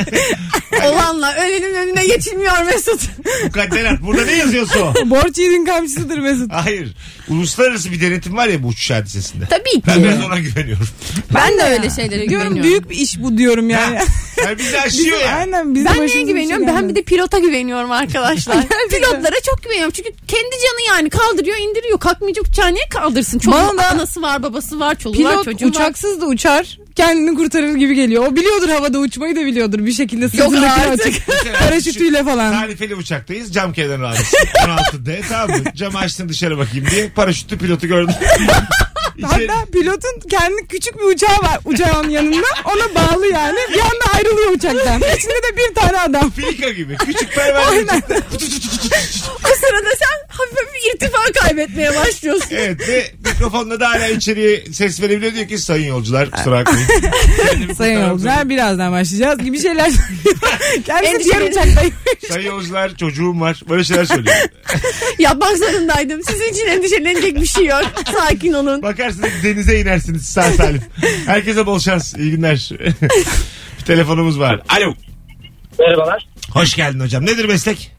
[SPEAKER 4] Olanla ölenin önüne geçilmiyor Mesut.
[SPEAKER 2] Mukadderat burada ne yazıyorsa o.
[SPEAKER 3] Borç yiğidin kamçısıdır Mesut.
[SPEAKER 2] Hayır. Uluslararası bir denetim var ya bu uçuş hadisesinde.
[SPEAKER 4] Tabii
[SPEAKER 2] Ben
[SPEAKER 4] ki.
[SPEAKER 2] biraz ona güveniyorum.
[SPEAKER 4] Ben de öyle şeylere
[SPEAKER 3] Diyorum
[SPEAKER 4] güveniyorum.
[SPEAKER 3] büyük bir iş bu diyorum yani.
[SPEAKER 2] Yani bizi aşıyor ya.
[SPEAKER 3] Aynen bizim
[SPEAKER 4] Ben neye
[SPEAKER 3] başımıza bir
[SPEAKER 4] güveniyorum?
[SPEAKER 3] şey
[SPEAKER 4] ben bir
[SPEAKER 3] gelmedi.
[SPEAKER 4] de pilota güveniyorum arkadaşlar. Pilotlara çok güveniyorum. Çünkü kendi canı yani kaldırıyor indiriyor. Kalkmayacak uçağı niye kaldırsın? Çoluğun
[SPEAKER 3] Bana da-
[SPEAKER 4] anası var babası var çoluğu var
[SPEAKER 3] Pilot
[SPEAKER 4] çocuğu var.
[SPEAKER 3] uçaksız da uçar. Kendini kurtarır gibi geliyor. O biliyordur havada uçmayı da biliyordur bir şekilde. Sırtındakini
[SPEAKER 4] artık.
[SPEAKER 3] açık.
[SPEAKER 2] Mesela
[SPEAKER 3] Paraşütüyle falan.
[SPEAKER 2] Tarifeli uçaktayız. Cam kenarı almış. 16D tamam mı? Camı açtın dışarı bakayım diye. Paraşütlü pilotu gördüm. İçeri-
[SPEAKER 3] Hatta pilotun kendi küçük bir uçağı var uçağın yanında. Ona bağlı yani. Bir anda ayrılıyor uçaktan. İçinde de bir tane adam.
[SPEAKER 2] Filika gibi. Küçük pervane uçakta. Tut tut tut tut tut.
[SPEAKER 4] O sırada sen hafif bir irtifa kaybetmeye başlıyorsun.
[SPEAKER 2] Evet ve mikrofonla da hala içeriye ses verebiliyor. Diyor ki sayın yolcular kusura bakmayın. Kendimi
[SPEAKER 3] Sayın
[SPEAKER 2] kurtaramadım.
[SPEAKER 3] yolcular birazdan başlayacağız gibi şeyler söylüyor. Kendisi diğer
[SPEAKER 4] Endişeli.
[SPEAKER 3] uçaktaymış.
[SPEAKER 2] Sayın yolcular çocuğum var. Böyle şeyler söylüyor.
[SPEAKER 4] Yapmak zorundaydım. Sizin için endişelenecek bir şey yok. Sakin olun.
[SPEAKER 2] Bakarsınız denize inersiniz sağ salim. Herkese bol şans. İyi günler. Bir telefonumuz var. Alo.
[SPEAKER 9] Merhabalar.
[SPEAKER 2] Hoş geldin hocam. Nedir meslek?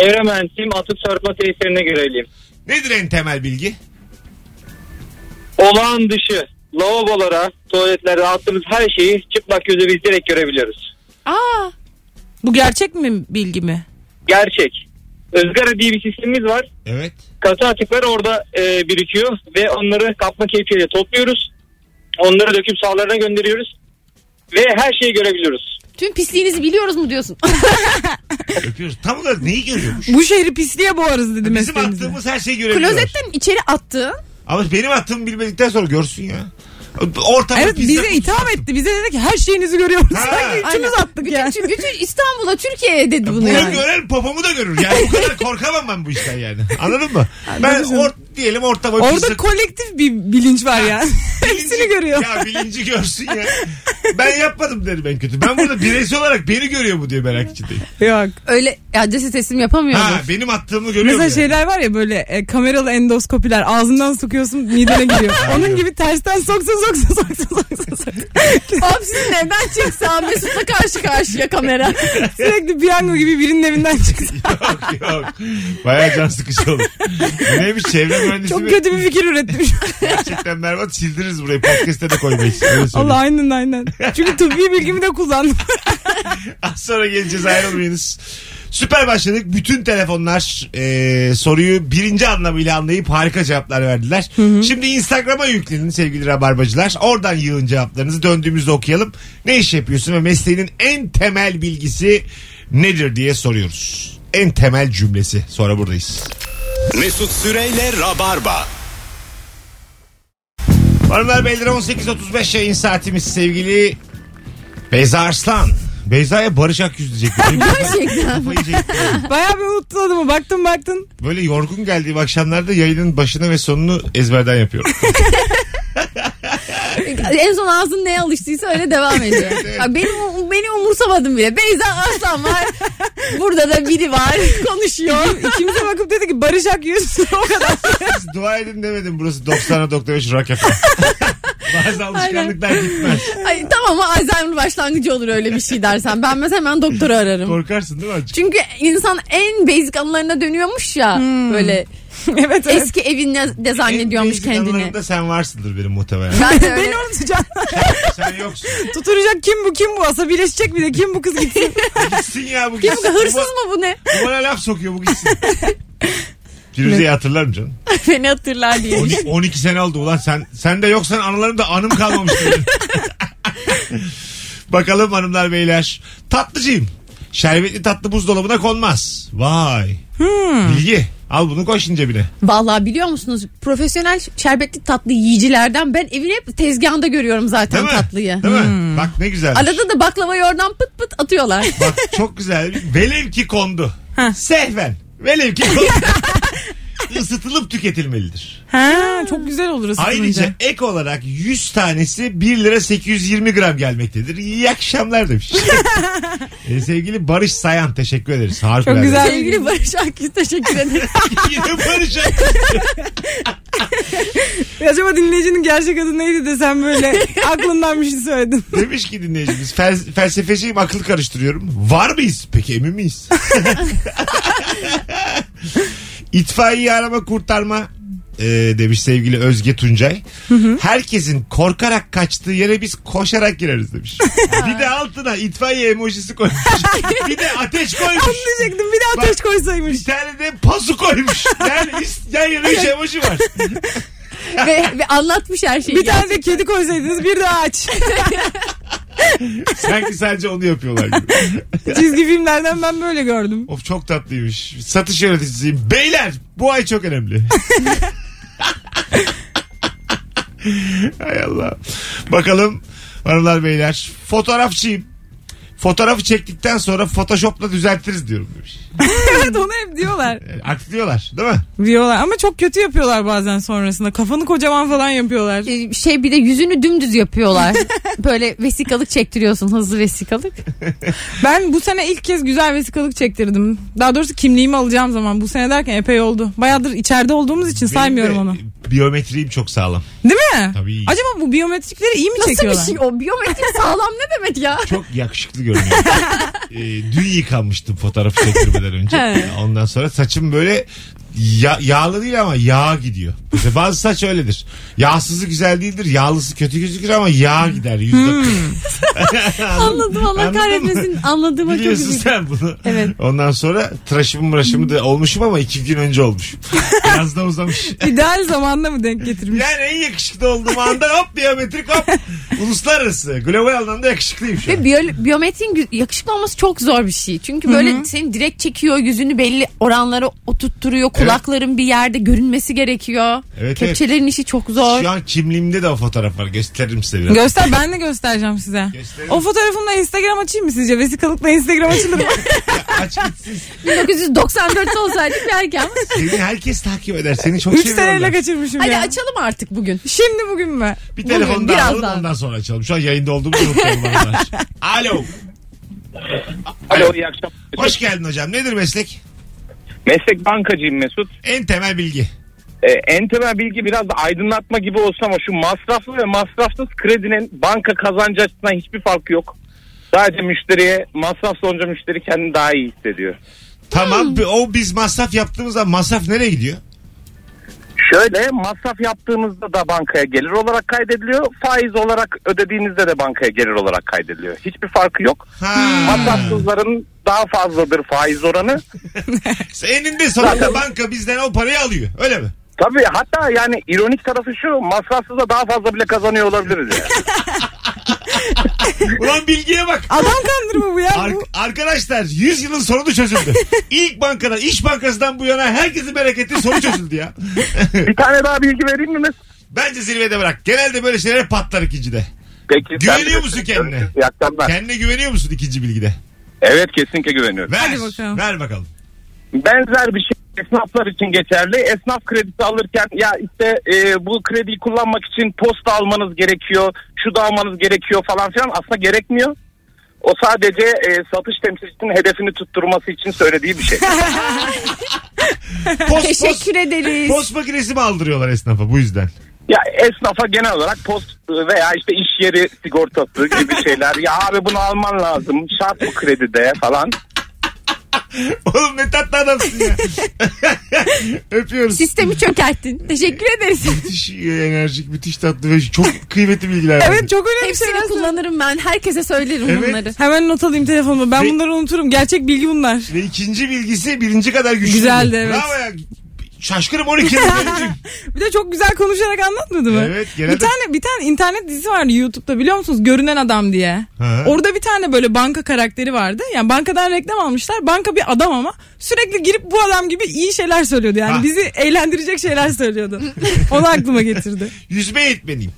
[SPEAKER 9] Çevre mühendisiyim. Atık sarıtma tesislerine görevliyim.
[SPEAKER 2] Nedir en temel bilgi?
[SPEAKER 9] Olağan dışı lavabolara, tuvaletlere attığımız her şeyi çıplak gözle biz direkt görebiliyoruz.
[SPEAKER 4] Aa,
[SPEAKER 3] Bu gerçek mi bilgi mi?
[SPEAKER 9] Gerçek. Izgara diye bir sistemimiz var.
[SPEAKER 2] Evet.
[SPEAKER 9] Katı atıklar orada e, birikiyor ve onları kapma keyfiyle topluyoruz. Onları döküp sahalarına gönderiyoruz. Ve her şeyi görebiliyoruz.
[SPEAKER 4] tüm pisliğinizi biliyoruz mu diyorsun?
[SPEAKER 2] Öpüyoruz. Tam olarak neyi görüyormuş?
[SPEAKER 3] Bu şehri pisliğe boğarız dedi
[SPEAKER 2] Bizim
[SPEAKER 3] mesleğimizde.
[SPEAKER 2] attığımız her şeyi görebiliyorlar.
[SPEAKER 4] Klozetten içeri attığın
[SPEAKER 2] Ama benim attığımı bilmedikten sonra görsün ya. Ortamı
[SPEAKER 3] Evet
[SPEAKER 2] pis
[SPEAKER 3] bize
[SPEAKER 2] yapmış.
[SPEAKER 3] itham etti. Bize dedi ki her şeyinizi görüyoruz.
[SPEAKER 2] Ha.
[SPEAKER 3] Sanki üçümüz
[SPEAKER 4] Aynen.
[SPEAKER 3] attık yani.
[SPEAKER 4] Bütün, bütün İstanbul'a Türkiye'ye dedi bunu
[SPEAKER 2] Bunu
[SPEAKER 4] yani.
[SPEAKER 2] gören popomu da görür. Yani bu kadar korkamam ben bu işten yani. Anladın mı? ben or, diyelim ortamı
[SPEAKER 3] Orada
[SPEAKER 2] pislik-
[SPEAKER 3] kolektif bir bilinç var yani. Hepsini
[SPEAKER 2] Bilinci-
[SPEAKER 3] görüyor.
[SPEAKER 2] Ya bilinci görsün ya. Ben yapmadım derim ben kötü. Ben burada bireysel olarak beni görüyor mu diye merak içindeyim.
[SPEAKER 3] Yok.
[SPEAKER 4] Öyle adresi teslim yapamıyor mu?
[SPEAKER 2] Ha benim attığımı görüyor
[SPEAKER 3] Mesela
[SPEAKER 2] mu? yani?
[SPEAKER 3] şeyler var ya böyle e, kameralı endoskopiler ağzından sokuyorsun midene giriyor. Onun gibi tersten soksun soksun soksun soksun soksun.
[SPEAKER 4] Hop sizin evden çıksa Mesut'la karşı karşıya kamera.
[SPEAKER 3] Sürekli piyango gibi birinin evinden çıksın.
[SPEAKER 2] Yok yok. Baya can sıkıcı olur. Bu Neymiş çevre mühendisi
[SPEAKER 3] Çok
[SPEAKER 2] mi?
[SPEAKER 3] kötü bir fikir üretmiş.
[SPEAKER 2] Gerçekten Mervat sildiririz burayı. Podcast'e de koymayız. Öyle söyleyeyim.
[SPEAKER 3] Allah aynen aynen. Çünkü tıbbi bilgimi de kullandım.
[SPEAKER 2] Az sonra geleceğiz ayrılmayınız. Süper başladık. Bütün telefonlar e, soruyu birinci anlamıyla anlayıp harika cevaplar verdiler. Şimdi Instagram'a yüklenin sevgili rabarbacılar. Oradan yığın cevaplarınızı döndüğümüzde okuyalım. Ne iş yapıyorsun ve mesleğinin en temel bilgisi nedir diye soruyoruz. En temel cümlesi. Sonra buradayız.
[SPEAKER 1] Mesut Süreyle Rabarba.
[SPEAKER 2] Hanımlar beyler 18.35 yayın saatimiz sevgili Beyza Arslan. Beyza'ya Barış Akyüz diyecek.
[SPEAKER 4] Gerçekten.
[SPEAKER 2] Kafayı yiyecektim.
[SPEAKER 3] Bayağı bir unuttun adımı. Baktın baktın.
[SPEAKER 2] Böyle yorgun geldiğim akşamlarda yayının başını ve sonunu ezberden yapıyorum.
[SPEAKER 4] en son ağzın neye alıştıysa öyle devam ediyor. Ya benim, beni umursamadın bile. Beyza Arslan var. Burada da biri var. Konuşuyor.
[SPEAKER 3] İkimize bakıp dedi ki Barış Akyüz. o kadar.
[SPEAKER 2] Dua edin demedim burası 90'a 95 rock FM. Bazı alışkanlıklar gitmez.
[SPEAKER 4] Ay, tamam ama Alzheimer başlangıcı olur öyle bir şey dersen. Ben mesela hemen doktoru ararım.
[SPEAKER 2] Korkarsın değil mi azıcık?
[SPEAKER 4] Çünkü insan en basic anılarına dönüyormuş ya böyle
[SPEAKER 3] evet evet.
[SPEAKER 4] eski evinde de zannediyormuş
[SPEAKER 2] Hmm. En basic
[SPEAKER 4] kendini.
[SPEAKER 2] anılarımda sen varsındır benim muhtemelen.
[SPEAKER 4] Ben de öyle.
[SPEAKER 3] Beni unutacak.
[SPEAKER 2] sen yoksun.
[SPEAKER 3] Tuturacak kim bu kim bu asabileşecek bir de kim bu kız gitsin.
[SPEAKER 2] Gitsin ya bu
[SPEAKER 4] Kim
[SPEAKER 2] gitsin.
[SPEAKER 4] bu? hırsız mı bu ne?
[SPEAKER 2] Bu bana laf sokuyor bu gitsin. Firuze'yi hatırlar mı canım?
[SPEAKER 4] Beni hatırlar diye.
[SPEAKER 2] 12, 12 sene oldu ulan sen sen de yoksan anılarımda anım kalmamıştı. benim. Bakalım hanımlar beyler. Tatlıcıyım. Şerbetli tatlı buzdolabına konmaz. Vay.
[SPEAKER 4] Hmm.
[SPEAKER 2] Bilgi. Al bunu koş ince bile.
[SPEAKER 4] Vallahi biliyor musunuz profesyonel şerbetli tatlı yiyicilerden ben evin hep tezgahında görüyorum
[SPEAKER 2] Değil
[SPEAKER 4] zaten
[SPEAKER 2] mi?
[SPEAKER 4] tatlıyı.
[SPEAKER 2] Değil mi? Bak ne güzel.
[SPEAKER 4] Hmm. Arada da baklavayı oradan pıt pıt atıyorlar.
[SPEAKER 2] Bak çok güzel. Velev ki kondu. Sehven. Velev ki kondu. Isıtılıp tüketilmelidir.
[SPEAKER 3] ha, çok güzel olur ısıtınca.
[SPEAKER 2] Ayrıca ek olarak 100 tanesi 1 lira 820 gram gelmektedir. İyi akşamlar demiş. e, sevgili Barış Sayan teşekkür ederiz. Harikulade.
[SPEAKER 3] Çok güzel.
[SPEAKER 4] Sevgili Barış Akgüz teşekkür ederim.
[SPEAKER 2] Yine Barış Ay-
[SPEAKER 3] Ya Acaba dinleyicinin gerçek adı neydi de sen böyle aklından bir şey söyledin.
[SPEAKER 2] demiş ki dinleyicimiz fel- felsefeciyim akıl karıştırıyorum. Var mıyız? Peki emin miyiz? İtfaiye arama kurtarma e, demiş sevgili Özge Tuncay. Herkesin korkarak kaçtığı yere biz koşarak gireriz demiş. bir de altına itfaiye emojisi koymuş. bir de ateş koymuş.
[SPEAKER 3] Anlayacaktım bir de ateş koysaymış.
[SPEAKER 2] Bir tane de pasu koymuş. Yani is- yan yana üç emoji var.
[SPEAKER 4] ve, ve anlatmış her şeyi.
[SPEAKER 3] Bir tane de kedi koysaydınız bir de aç.
[SPEAKER 2] Sanki sadece onu yapıyorlar gibi.
[SPEAKER 3] Çizgi filmlerden ben böyle gördüm.
[SPEAKER 2] Of çok tatlıymış. Satış yöneticisiyim. Beyler bu ay çok önemli. Hay Allah. Bakalım hanımlar beyler. Fotoğrafçıyım. Fotoğrafı çektikten sonra Photoshop'la düzeltiriz diyorum demiş.
[SPEAKER 3] evet onu hep diyorlar.
[SPEAKER 2] Yani Artık diyorlar değil mi?
[SPEAKER 3] Diyorlar ama çok kötü yapıyorlar bazen sonrasında. Kafanı kocaman falan yapıyorlar.
[SPEAKER 4] Ee, şey bir de yüzünü dümdüz yapıyorlar. Böyle vesikalık çektiriyorsun hızlı vesikalık.
[SPEAKER 3] Ben bu sene ilk kez güzel vesikalık çektirdim. Daha doğrusu kimliğimi alacağım zaman bu sene derken epey oldu. Bayağıdır içeride olduğumuz için saymıyorum
[SPEAKER 2] Benim de
[SPEAKER 3] onu.
[SPEAKER 2] Biyometriyim çok sağlam.
[SPEAKER 3] Değil mi?
[SPEAKER 2] Tabii.
[SPEAKER 3] Acaba bu biyometrikleri iyi mi
[SPEAKER 4] Nasıl
[SPEAKER 3] çekiyorlar?
[SPEAKER 4] bir şey o? Biyometrik sağlam ne demek ya?
[SPEAKER 2] Çok yakışıklı görünüyor. ee, dün yıkanmıştım fotoğrafı çektirmeden önce. Ondan sonra saçım böyle ya- yağlı değil ama yağ gidiyor. Mesela bazı saç öyledir. Yağsızı güzel değildir, yağlısı kötü gözükür ama yağ gider yüzde.
[SPEAKER 4] Hmm. Anladım Allah
[SPEAKER 2] Anladın
[SPEAKER 4] kahretmesin. Anladığıma çok
[SPEAKER 2] Biliyorsun
[SPEAKER 4] üzüldüm.
[SPEAKER 2] sen bunu.
[SPEAKER 4] Evet.
[SPEAKER 2] Ondan sonra tıraşımı mıraşımı da olmuşum ama iki gün önce olmuş. Biraz da uzamış.
[SPEAKER 3] İdeal zamanda mı denk getirmiş?
[SPEAKER 2] Yani en yakışıklı olduğum anda hop biyometrik hop. Uluslararası. Global anlamda yakışıklıyım şu an.
[SPEAKER 4] Ve biyo- biyometrin gü- yakışıklı olması çok zor bir şey. Çünkü böyle seni direkt çekiyor, yüzünü belli oranlara oturtturuyor, kulakların bir yerde görünmesi gerekiyor.
[SPEAKER 2] Evet,
[SPEAKER 4] Kepçelerin işi çok zor.
[SPEAKER 2] Şu an kimliğimde de o fotoğraf var. Gösteririm size biraz.
[SPEAKER 3] Göster ben de göstereceğim size.
[SPEAKER 2] Gösterin.
[SPEAKER 3] O fotoğrafımla Instagram açayım mı sizce? Vesikalıkla Instagram açılır mı?
[SPEAKER 2] Aç gitsin.
[SPEAKER 4] 1994'te olsaydık belki ama.
[SPEAKER 2] Seni herkes takip eder. Seni çok
[SPEAKER 3] 3
[SPEAKER 2] seviyorlar.
[SPEAKER 3] seneyle kaçırmışım
[SPEAKER 4] Hadi
[SPEAKER 3] ya.
[SPEAKER 4] açalım artık bugün.
[SPEAKER 3] Şimdi bugün mü?
[SPEAKER 2] Bir
[SPEAKER 4] Bugün,
[SPEAKER 2] telefon daha
[SPEAKER 4] biraz
[SPEAKER 2] alalım
[SPEAKER 4] daha.
[SPEAKER 2] ondan sonra açalım. Şu an yayında olduğumuzu unutmayalım hanımlar. Alo.
[SPEAKER 7] Alo iyi akşamlar.
[SPEAKER 2] Hoş geldin hocam. Nedir meslek?
[SPEAKER 7] Meslek bankacıyım Mesut.
[SPEAKER 2] En temel bilgi.
[SPEAKER 7] Ee, en temel bilgi biraz da aydınlatma gibi olsa ama şu masraflı ve masrafsız kredinin banka kazancı açısından hiçbir farkı yok. Sadece müşteriye masraf sonucu müşteri kendini daha iyi hissediyor.
[SPEAKER 2] Tamam bi- o biz masraf yaptığımızda masraf nereye gidiyor?
[SPEAKER 7] Şöyle masraf yaptığınızda da bankaya gelir olarak kaydediliyor. Faiz olarak ödediğinizde de bankaya gelir olarak kaydediliyor. Hiçbir farkı yok.
[SPEAKER 2] Ha.
[SPEAKER 6] Hmm.
[SPEAKER 7] Masrafsızların daha fazladır faiz oranı.
[SPEAKER 2] Eninde sonunda banka bizden o parayı alıyor. Öyle mi?
[SPEAKER 7] Tabii hatta yani ironik tarafı şu masrafsızda daha fazla bile kazanıyor olabiliriz. Yani.
[SPEAKER 2] Ulan bilgiye bak.
[SPEAKER 3] Adam kandırma bu ya.
[SPEAKER 2] Ar-
[SPEAKER 3] Bu-
[SPEAKER 2] arkadaşlar 100 yılın sorunu çözüldü. İlk bankadan, iş bankasından bu yana herkesin bereketi sorun çözüldü ya.
[SPEAKER 7] Bir tane daha bilgi vereyim mi? Mesut?
[SPEAKER 2] Bence zirvede bırak. Genelde böyle şeylere patlar ikincide.
[SPEAKER 7] Peki, sen
[SPEAKER 2] Güveniyor
[SPEAKER 7] de-
[SPEAKER 2] musun kendine?
[SPEAKER 7] İyi akşamlar.
[SPEAKER 2] Kendine güveniyor musun ikinci bilgide?
[SPEAKER 7] Evet kesinlikle güveniyorum.
[SPEAKER 2] Ver.
[SPEAKER 3] Hadi bakalım.
[SPEAKER 2] Ver bakalım.
[SPEAKER 7] Benzer bir şey esnaflar için geçerli. Esnaf kredisi alırken ya işte e, bu krediyi kullanmak için posta almanız gerekiyor, şu da almanız gerekiyor falan filan aslında gerekmiyor. O sadece e, satış temsilcisinin hedefini tutturması için söylediği bir şey.
[SPEAKER 2] Post,
[SPEAKER 4] Teşekkür ederiz.
[SPEAKER 2] Post makinesi mi aldırıyorlar esnafa bu yüzden?
[SPEAKER 6] Ya esnafa genel olarak post veya işte iş yeri sigortası gibi şeyler. ya abi bunu alman lazım. Şart bu kredide falan.
[SPEAKER 2] Oğlum ne tatlı adamsın ya. Öpüyoruz.
[SPEAKER 4] Sistemi çökerttin. Teşekkür ederiz.
[SPEAKER 2] Müthiş e, enerjik, müthiş tatlı ve çok kıymetli bilgiler. verdin.
[SPEAKER 3] Evet çok önemli şeyler.
[SPEAKER 4] Hepsini kullanırım ben. Herkese söylerim
[SPEAKER 2] Evet.
[SPEAKER 4] bunları.
[SPEAKER 3] Hemen not alayım telefonuma. Ben
[SPEAKER 2] Ve-
[SPEAKER 3] bunları unuturum. Gerçek bilgi bunlar.
[SPEAKER 2] Ve ikinci bilgisi birinci kadar güçlü.
[SPEAKER 3] Güzeldi, evet.
[SPEAKER 2] Bravo ya. Şaşkınım 12 yıl böyleyim.
[SPEAKER 3] Bir de çok güzel konuşarak anlatmadı mı?
[SPEAKER 2] Evet, genelde-
[SPEAKER 3] Bir tane bir tane internet dizisi vardı YouTube'da biliyor musunuz? Görünen adam diye.
[SPEAKER 2] Ha.
[SPEAKER 3] Orada bir tane böyle banka karakteri vardı. Yani bankadan reklam almışlar. Banka bir adam ama sürekli girip bu adam gibi iyi şeyler söylüyordu. Yani
[SPEAKER 2] Ha.
[SPEAKER 3] bizi eğlendirecek şeyler söylüyordu. Onu aklıma getirdi.
[SPEAKER 2] Yüzme eğitmeniyim.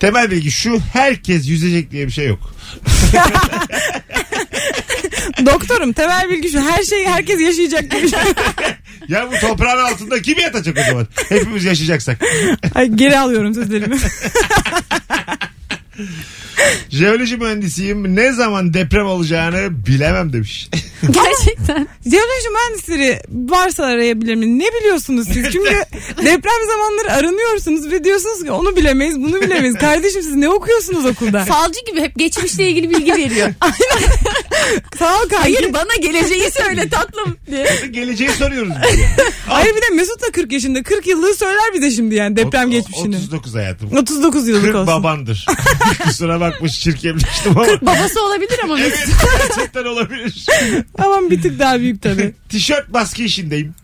[SPEAKER 2] Temel bilgi şu herkes yüzecek diye bir şey yok.
[SPEAKER 3] Doktorum temel bilgi şu. Her şeyi herkes yaşayacak gibi.
[SPEAKER 2] Ya bu toprağın altında kim yatacak o zaman? Hepimiz yaşayacaksak.
[SPEAKER 3] Ay, geri alıyorum sözlerimi.
[SPEAKER 2] Jeoloji mühendisiyim. Ne zaman deprem olacağını bilemem demiş.
[SPEAKER 4] Gerçekten.
[SPEAKER 3] Jeoloji mühendisleri varsa arayabilir mi? Ne biliyorsunuz siz? Çünkü deprem zamanları aranıyorsunuz ve diyorsunuz ki onu bilemeyiz, bunu bilemeyiz. Kardeşim siz ne okuyorsunuz okulda?
[SPEAKER 4] Falcı gibi hep geçmişle ilgili bilgi veriyor.
[SPEAKER 3] Sağ ol kanki.
[SPEAKER 4] Hayır bana geleceği söyle tatlım diye.
[SPEAKER 2] Geleceği soruyoruz.
[SPEAKER 3] Hayır bir de Mesut da 40 yaşında. 40 yıllığı söyler bize şimdi yani deprem geçmişini.
[SPEAKER 2] 39 hayatım.
[SPEAKER 3] 39 yıllık
[SPEAKER 2] 40
[SPEAKER 3] olsun.
[SPEAKER 2] babandır. Kusura bakmış çirkefleştim ama.
[SPEAKER 4] 40 babası olabilir ama Mesut.
[SPEAKER 2] Evet gerçekten olabilir.
[SPEAKER 3] Tamam bir tık daha büyük tabii.
[SPEAKER 2] Tişört baskı işindeyim.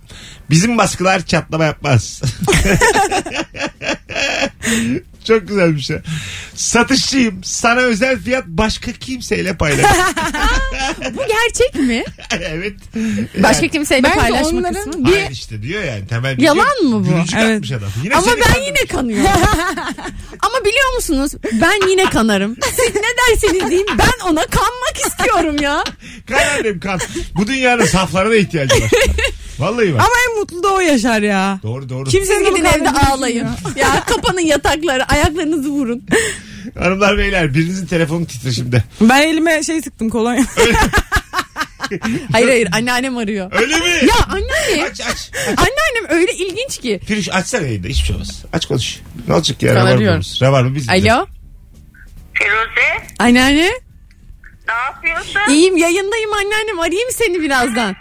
[SPEAKER 2] Bizim baskılar çatlama yapmaz. Çok güzel bir şey. Satışçıyım. Sana özel fiyat başka kimseyle paylaş.
[SPEAKER 4] Bu gerçek mi?
[SPEAKER 2] evet.
[SPEAKER 4] Başka kimseyle
[SPEAKER 3] Bence
[SPEAKER 4] paylaşma
[SPEAKER 3] onların-
[SPEAKER 4] kısmı.
[SPEAKER 2] Hayır işte diyor yani temel bir şey
[SPEAKER 4] Yalan mı bu?
[SPEAKER 2] Gülücük
[SPEAKER 3] Evet.
[SPEAKER 2] atmış adam. Yine
[SPEAKER 4] Ama
[SPEAKER 2] seni
[SPEAKER 4] ben
[SPEAKER 2] kandırmış.
[SPEAKER 4] yine şey kanıyorum. Ama biliyor musunuz ben yine kanarım. Siz ne derseniz deyin ben ona kanmak istiyorum ya.
[SPEAKER 2] Kan annem kan. Bu dünyanın saflarına da ihtiyacı var. Vallahi var.
[SPEAKER 3] Ama en mutlu da o yaşar ya.
[SPEAKER 2] Doğru doğru.
[SPEAKER 4] Siz
[SPEAKER 3] Kimsenin
[SPEAKER 4] gidin evde ağlayın. Ya kapanın yatakları ayaklarınızı vurun.
[SPEAKER 2] Hanımlar beyler birinizin telefonu titreşimde.
[SPEAKER 3] Ben elime şey sıktım kolonya.
[SPEAKER 4] Hayır hayır anneannem arıyor.
[SPEAKER 2] Öyle mi?
[SPEAKER 4] Ya anneannem,
[SPEAKER 2] Aç aç.
[SPEAKER 4] anneannem öyle ilginç ki.
[SPEAKER 2] Firuş açsana yayında hiçbir şey olmaz. Aç konuş. Ne olacak ya?
[SPEAKER 4] Sana
[SPEAKER 2] Rabar
[SPEAKER 4] diyorum.
[SPEAKER 2] mı? Rabar mı? Biz gideceğiz.
[SPEAKER 4] Alo
[SPEAKER 11] Firuze
[SPEAKER 4] anneanne
[SPEAKER 11] ne yapıyorsun?
[SPEAKER 4] iyiyim yayındayım anneannem arayayım seni birazdan.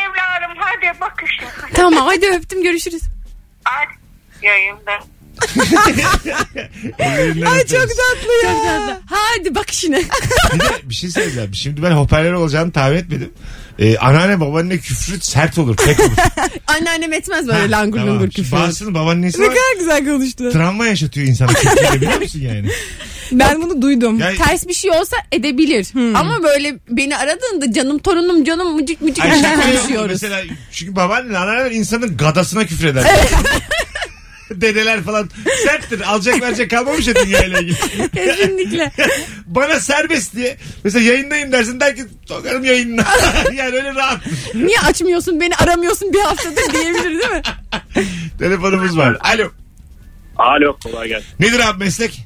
[SPEAKER 11] Evladım hadi bakışın.
[SPEAKER 4] Tamam hadi öptüm görüşürüz.
[SPEAKER 11] Hadi yayında.
[SPEAKER 2] Ellerinden
[SPEAKER 3] Ay çok
[SPEAKER 2] öperiz.
[SPEAKER 3] tatlı ya.
[SPEAKER 4] Hadi bak işine.
[SPEAKER 2] Bir de bir şey söyleyeceğim. Şimdi ben hoparlör olacağını tahmin etmedim. Ee, anneanne babaanne küfrü sert olur. Tek olur.
[SPEAKER 4] Anneannem etmez böyle langur
[SPEAKER 2] Tamam.
[SPEAKER 4] lungur
[SPEAKER 2] Şimdi
[SPEAKER 4] küfür.
[SPEAKER 2] Bazısının babaannesi
[SPEAKER 3] Ne
[SPEAKER 2] var.
[SPEAKER 3] kadar güzel konuştu.
[SPEAKER 2] Travma yaşatıyor insana küfürle biliyor musun yani?
[SPEAKER 3] Ben bunu duydum.
[SPEAKER 2] Yani
[SPEAKER 4] Ters bir şey olsa edebilir. Ama böyle beni aradığında canım torunum canım mıcık mıcık
[SPEAKER 2] Ay, şaka yapıyorum.
[SPEAKER 4] konuşuyoruz.
[SPEAKER 2] Mesela çünkü babaanne anneanneler insanın gadasına küfreder. Dedeler falan serttir. Alacak verecek kalmamış ya dünyayla ilgili.
[SPEAKER 4] Kesinlikle.
[SPEAKER 2] Bana serbest diye. Mesela yayındayım dersin der ki sokarım yayınına. yani öyle rahat.
[SPEAKER 4] Niye açmıyorsun beni aramıyorsun bir haftadır diyebilir değil mi?
[SPEAKER 2] Telefonumuz var. Alo.
[SPEAKER 6] Alo kolay gelsin.
[SPEAKER 2] Nedir abi meslek?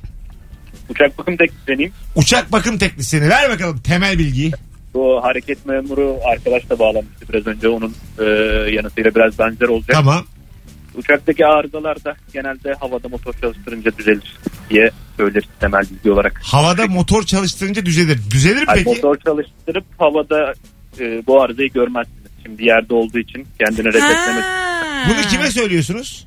[SPEAKER 6] Uçak bakım teknisyeniyim.
[SPEAKER 2] Uçak bakım teknisyeni. Ver bakalım temel bilgiyi.
[SPEAKER 6] Bu hareket memuru arkadaş da bağlanmıştı biraz önce. Onun e, yanıtıyla biraz benzer olacak.
[SPEAKER 2] Tamam.
[SPEAKER 6] Uçaktaki arızalar da genelde havada motor çalıştırınca düzelir diye söyleriz temel bilgi olarak.
[SPEAKER 2] Havada motor çalıştırınca düzelir. Düzelir mi
[SPEAKER 6] Ay,
[SPEAKER 2] peki?
[SPEAKER 6] motor çalıştırıp havada e, bu arızayı görmezsiniz. Şimdi yerde olduğu için kendini resetlemesi.
[SPEAKER 3] Ha.
[SPEAKER 2] Bunu kime söylüyorsunuz?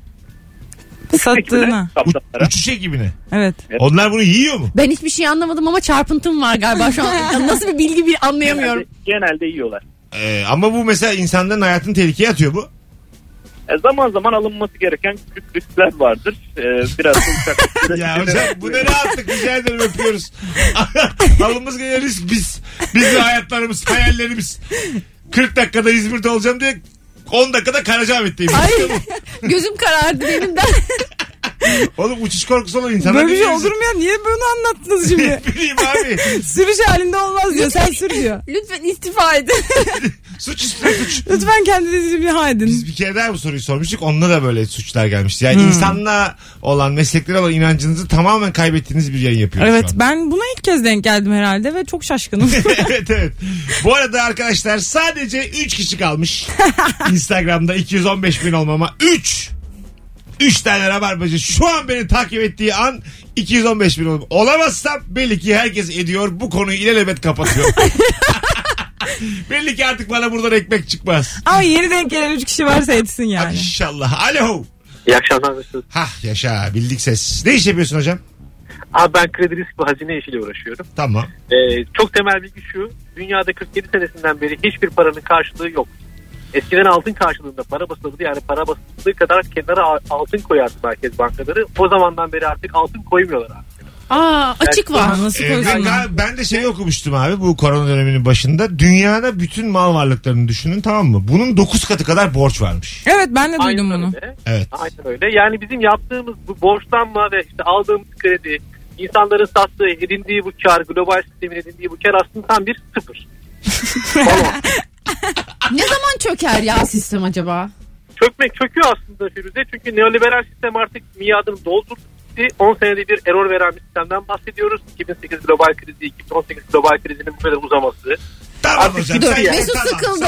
[SPEAKER 3] Sattığına.
[SPEAKER 2] U- uçuş ekibine.
[SPEAKER 3] Evet.
[SPEAKER 6] Evet.
[SPEAKER 2] Onlar bunu yiyor mu?
[SPEAKER 4] Ben hiçbir şey anlamadım ama çarpıntım var galiba şu an. Ya Nasıl bir bilgi bir anlayamıyorum.
[SPEAKER 6] genelde yiyorlar.
[SPEAKER 2] Ee, ama bu mesela insanların hayatını tehlikeye atıyor bu.
[SPEAKER 6] E, zaman zaman alınması gereken küçük riskler vardır. E, biraz da uçak...
[SPEAKER 2] Ya hocam bu ne rahatlık rica ederim öpüyoruz. Alımız gelen risk biz. Bizim hayatlarımız, hayallerimiz. 40 dakikada İzmir'de olacağım diye 10 dakikada Karacahmet'teyim.
[SPEAKER 4] Ay gözüm karardı benim de.
[SPEAKER 2] Oğlum uçuş korkusu olan insanlar.
[SPEAKER 3] Böyle bir şey
[SPEAKER 2] ne
[SPEAKER 3] olur mu ya? Niye bunu anlattınız
[SPEAKER 2] Ne
[SPEAKER 3] şimdi?
[SPEAKER 2] bileyim abi.
[SPEAKER 3] Sürüş halinde olmaz diyor. Sen sür diyor.
[SPEAKER 4] Lütfen istifa edin.
[SPEAKER 2] Suç üstüne suç.
[SPEAKER 3] Lütfen kendinizi bir ha edin.
[SPEAKER 2] Biz bir kere daha bu soruyu sormuştuk. Onunla da böyle suçlar gelmişti. Yani
[SPEAKER 3] Hmm.
[SPEAKER 2] insanla olan, mesleklere olan inancınızı tamamen kaybettiğiniz bir yayın yapıyoruz
[SPEAKER 3] Evet
[SPEAKER 2] şu an.
[SPEAKER 3] ben buna ilk kez denk geldim herhalde ve çok şaşkınım.
[SPEAKER 2] evet evet. Bu arada arkadaşlar sadece 3 kişi kalmış. Instagram'da 215 bin olmama 3. 3 tane rabarbacı şu an beni takip ettiği an 215 bin olur. Olamazsam belli ki herkes ediyor. Bu konuyu ilelebet kapatıyor. belli ki artık bana buradan ekmek çıkmaz.
[SPEAKER 3] Ama yeni denk gelen 3 kişi varsa etsin yani.
[SPEAKER 2] İnşallah. Alo.
[SPEAKER 12] İyi akşamlar nasılsınız?
[SPEAKER 2] Hah yaşa bildik ses. Ne iş yapıyorsun hocam?
[SPEAKER 12] Abi ben kredi risk ve hazine işiyle uğraşıyorum.
[SPEAKER 2] Tamam.
[SPEAKER 12] Ee, çok temel bilgi şu. Dünyada 47 senesinden beri hiçbir paranın karşılığı yok. Eskiden altın karşılığında para basılırdı. Yani para basıldığı kadar kenara a- altın koyardı merkez bankaları. O zamandan beri artık altın koymuyorlar abi.
[SPEAKER 4] Aa açık var.
[SPEAKER 2] Ee, ben, ben- ben de şey okumuştum abi bu korona döneminin başında. Dünyada bütün mal varlıklarını düşünün tamam mı? Bunun 9 katı kadar borç varmış.
[SPEAKER 3] Evet ben de duydum bunu.
[SPEAKER 2] Evet.
[SPEAKER 12] Aynen öyle. Yani bizim yaptığımız bu borçlanma ve işte aldığımız kredi, insanların sattığı, edindiği bu kar, global sistemin edindiği bu kar aslında tam bir sıfır.
[SPEAKER 4] Ne zaman çöker ya sistem acaba?
[SPEAKER 12] çökmek çöküyor aslında Firuze. Çünkü neoliberal sistem artık miadını doldurdu. 10 senede bir error veren bir sistemden bahsediyoruz. 2008 global krizi, 2018 global krizinin bu kadar uzaması.
[SPEAKER 2] Tamam
[SPEAKER 4] Dur, Mesut sıkıldı.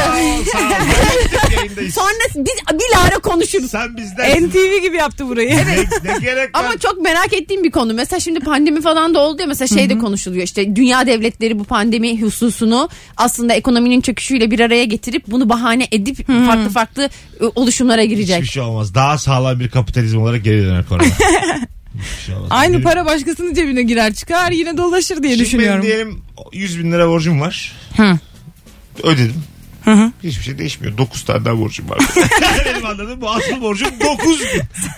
[SPEAKER 4] Sonra biz bilara konuşuruz.
[SPEAKER 2] Sen bizden.
[SPEAKER 3] NTV gibi yaptı burayı.
[SPEAKER 2] ne gerek
[SPEAKER 4] Ama çok merak ettiğim bir konu. Mesela şimdi pandemi falan da oldu ya mesela şey de konuşuluyor işte dünya devletleri bu pandemi hususunu aslında ekonominin çöküşüyle bir araya getirip bunu bahane edip farklı farklı e, oluşumlara girecek.
[SPEAKER 2] Hiçbir şey olmaz. Daha sağlam bir kapitalizm olarak geri döner korona. Hiçbir şey olmaz.
[SPEAKER 3] Aynı
[SPEAKER 2] Benim-
[SPEAKER 3] para başkasının cebine girer çıkar yine dolaşır diye
[SPEAKER 2] Şimdi
[SPEAKER 3] düşünüyorum.
[SPEAKER 2] benim diyelim 100 bin lira borcum var.
[SPEAKER 3] Hı.
[SPEAKER 2] Ödedim.
[SPEAKER 3] Hı hı.
[SPEAKER 2] Hiçbir şey değişmiyor. 9 tane daha borcum var. Benim anladım bu asıl borcum 9 bin.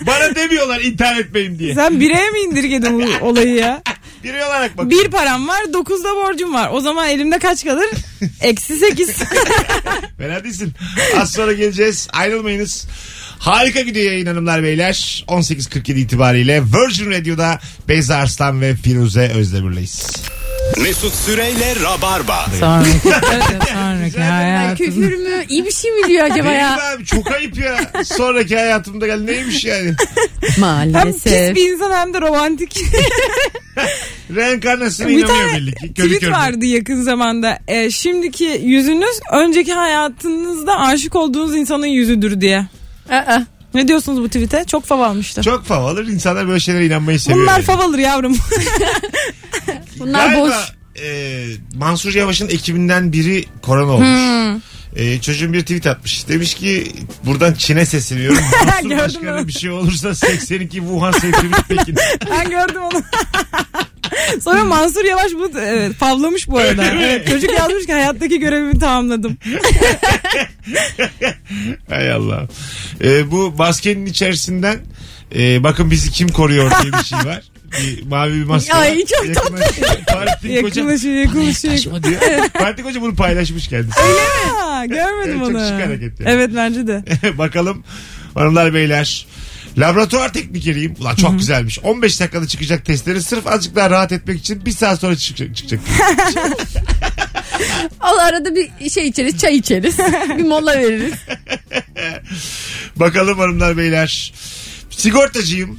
[SPEAKER 2] Bana demiyorlar intihar etmeyin diye.
[SPEAKER 3] Sen bireye mi indirgedin bu olayı ya?
[SPEAKER 2] Biri olarak bak.
[SPEAKER 3] Bir param var, dokuzda borcum var. O zaman elimde kaç kalır? Eksi sekiz.
[SPEAKER 2] Fena değilsin. Az sonra geleceğiz. Ayrılmayınız. Harika gidiyor yayın hanımlar beyler. 18.47 itibariyle Virgin Radio'da Beyza Arslan ve Firuze Özdemir'leyiz.
[SPEAKER 1] Mesut Süreyle Rabarba.
[SPEAKER 3] Sonraki
[SPEAKER 5] şey
[SPEAKER 4] Ay, küfür mü? İyi bir şey mi diyor acaba
[SPEAKER 2] Değil
[SPEAKER 4] ya?
[SPEAKER 2] mi abi çok ayıp ya. Sonraki hayatımda gel neymiş yani?
[SPEAKER 3] hem pis
[SPEAKER 4] Maalesef.
[SPEAKER 3] bir insan hem de romantik.
[SPEAKER 2] Reenkarnasyona
[SPEAKER 3] bir
[SPEAKER 2] inanıyor
[SPEAKER 3] tane
[SPEAKER 2] belli ki. Körü
[SPEAKER 3] tweet
[SPEAKER 2] körüne.
[SPEAKER 3] vardı yakın zamanda. Ee, şimdiki yüzünüz önceki hayatınızda aşık olduğunuz insanın yüzüdür diye.
[SPEAKER 4] Aa.
[SPEAKER 3] Ne diyorsunuz bu tweete? Çok fav almıştı.
[SPEAKER 2] Çok fav alır. İnsanlar böyle şeylere inanmayı seviyor.
[SPEAKER 3] Bunlar
[SPEAKER 2] yani.
[SPEAKER 3] fav alır yavrum.
[SPEAKER 4] Bunlar
[SPEAKER 2] Galiba,
[SPEAKER 4] boş.
[SPEAKER 2] e, Mansur Yavaş'ın ekibinden biri korona olmuş.
[SPEAKER 3] Hmm.
[SPEAKER 2] E, çocuğun bir tweet atmış. Demiş ki buradan Çin'e sesleniyorum. Mansur
[SPEAKER 3] Gördüm
[SPEAKER 2] Başkan'a
[SPEAKER 3] onu.
[SPEAKER 2] bir şey olursa 82 Wuhan seçimi Pekin.
[SPEAKER 3] Ben gördüm onu. Sonra Mansur Yavaş bunu evet, favlamış bu arada.
[SPEAKER 2] Öyle mi?
[SPEAKER 3] Evet, çocuk yazmış ki hayattaki görevimi tamamladım.
[SPEAKER 2] Hay Allah. E, bu maskenin içerisinden e, bakın bizi kim koruyor diye bir şey var. Bir mavi bir maske
[SPEAKER 4] Ay,
[SPEAKER 2] var.
[SPEAKER 4] çok
[SPEAKER 2] Yakınlaşıyor. Partik Hoca,
[SPEAKER 3] Yakınlaşıyor yakınlaşıyor.
[SPEAKER 2] Yaklaşma diyor. Partik Hoca bunu paylaşmış kendisi.
[SPEAKER 3] Ha, görmedim
[SPEAKER 2] Çok
[SPEAKER 3] onu.
[SPEAKER 2] şık hareket yani.
[SPEAKER 3] Evet bence de.
[SPEAKER 2] Bakalım hanımlar beyler. Laboratuvar teknikeriyim. Ulan çok güzelmiş. 15 dakikada çıkacak testleri sırf azıcık daha rahat etmek için bir saat sonra çıkacak. çıkacak.
[SPEAKER 4] Al arada bir şey içeriz, çay içeriz. bir mola veririz.
[SPEAKER 2] Bakalım hanımlar beyler. Sigortacıyım.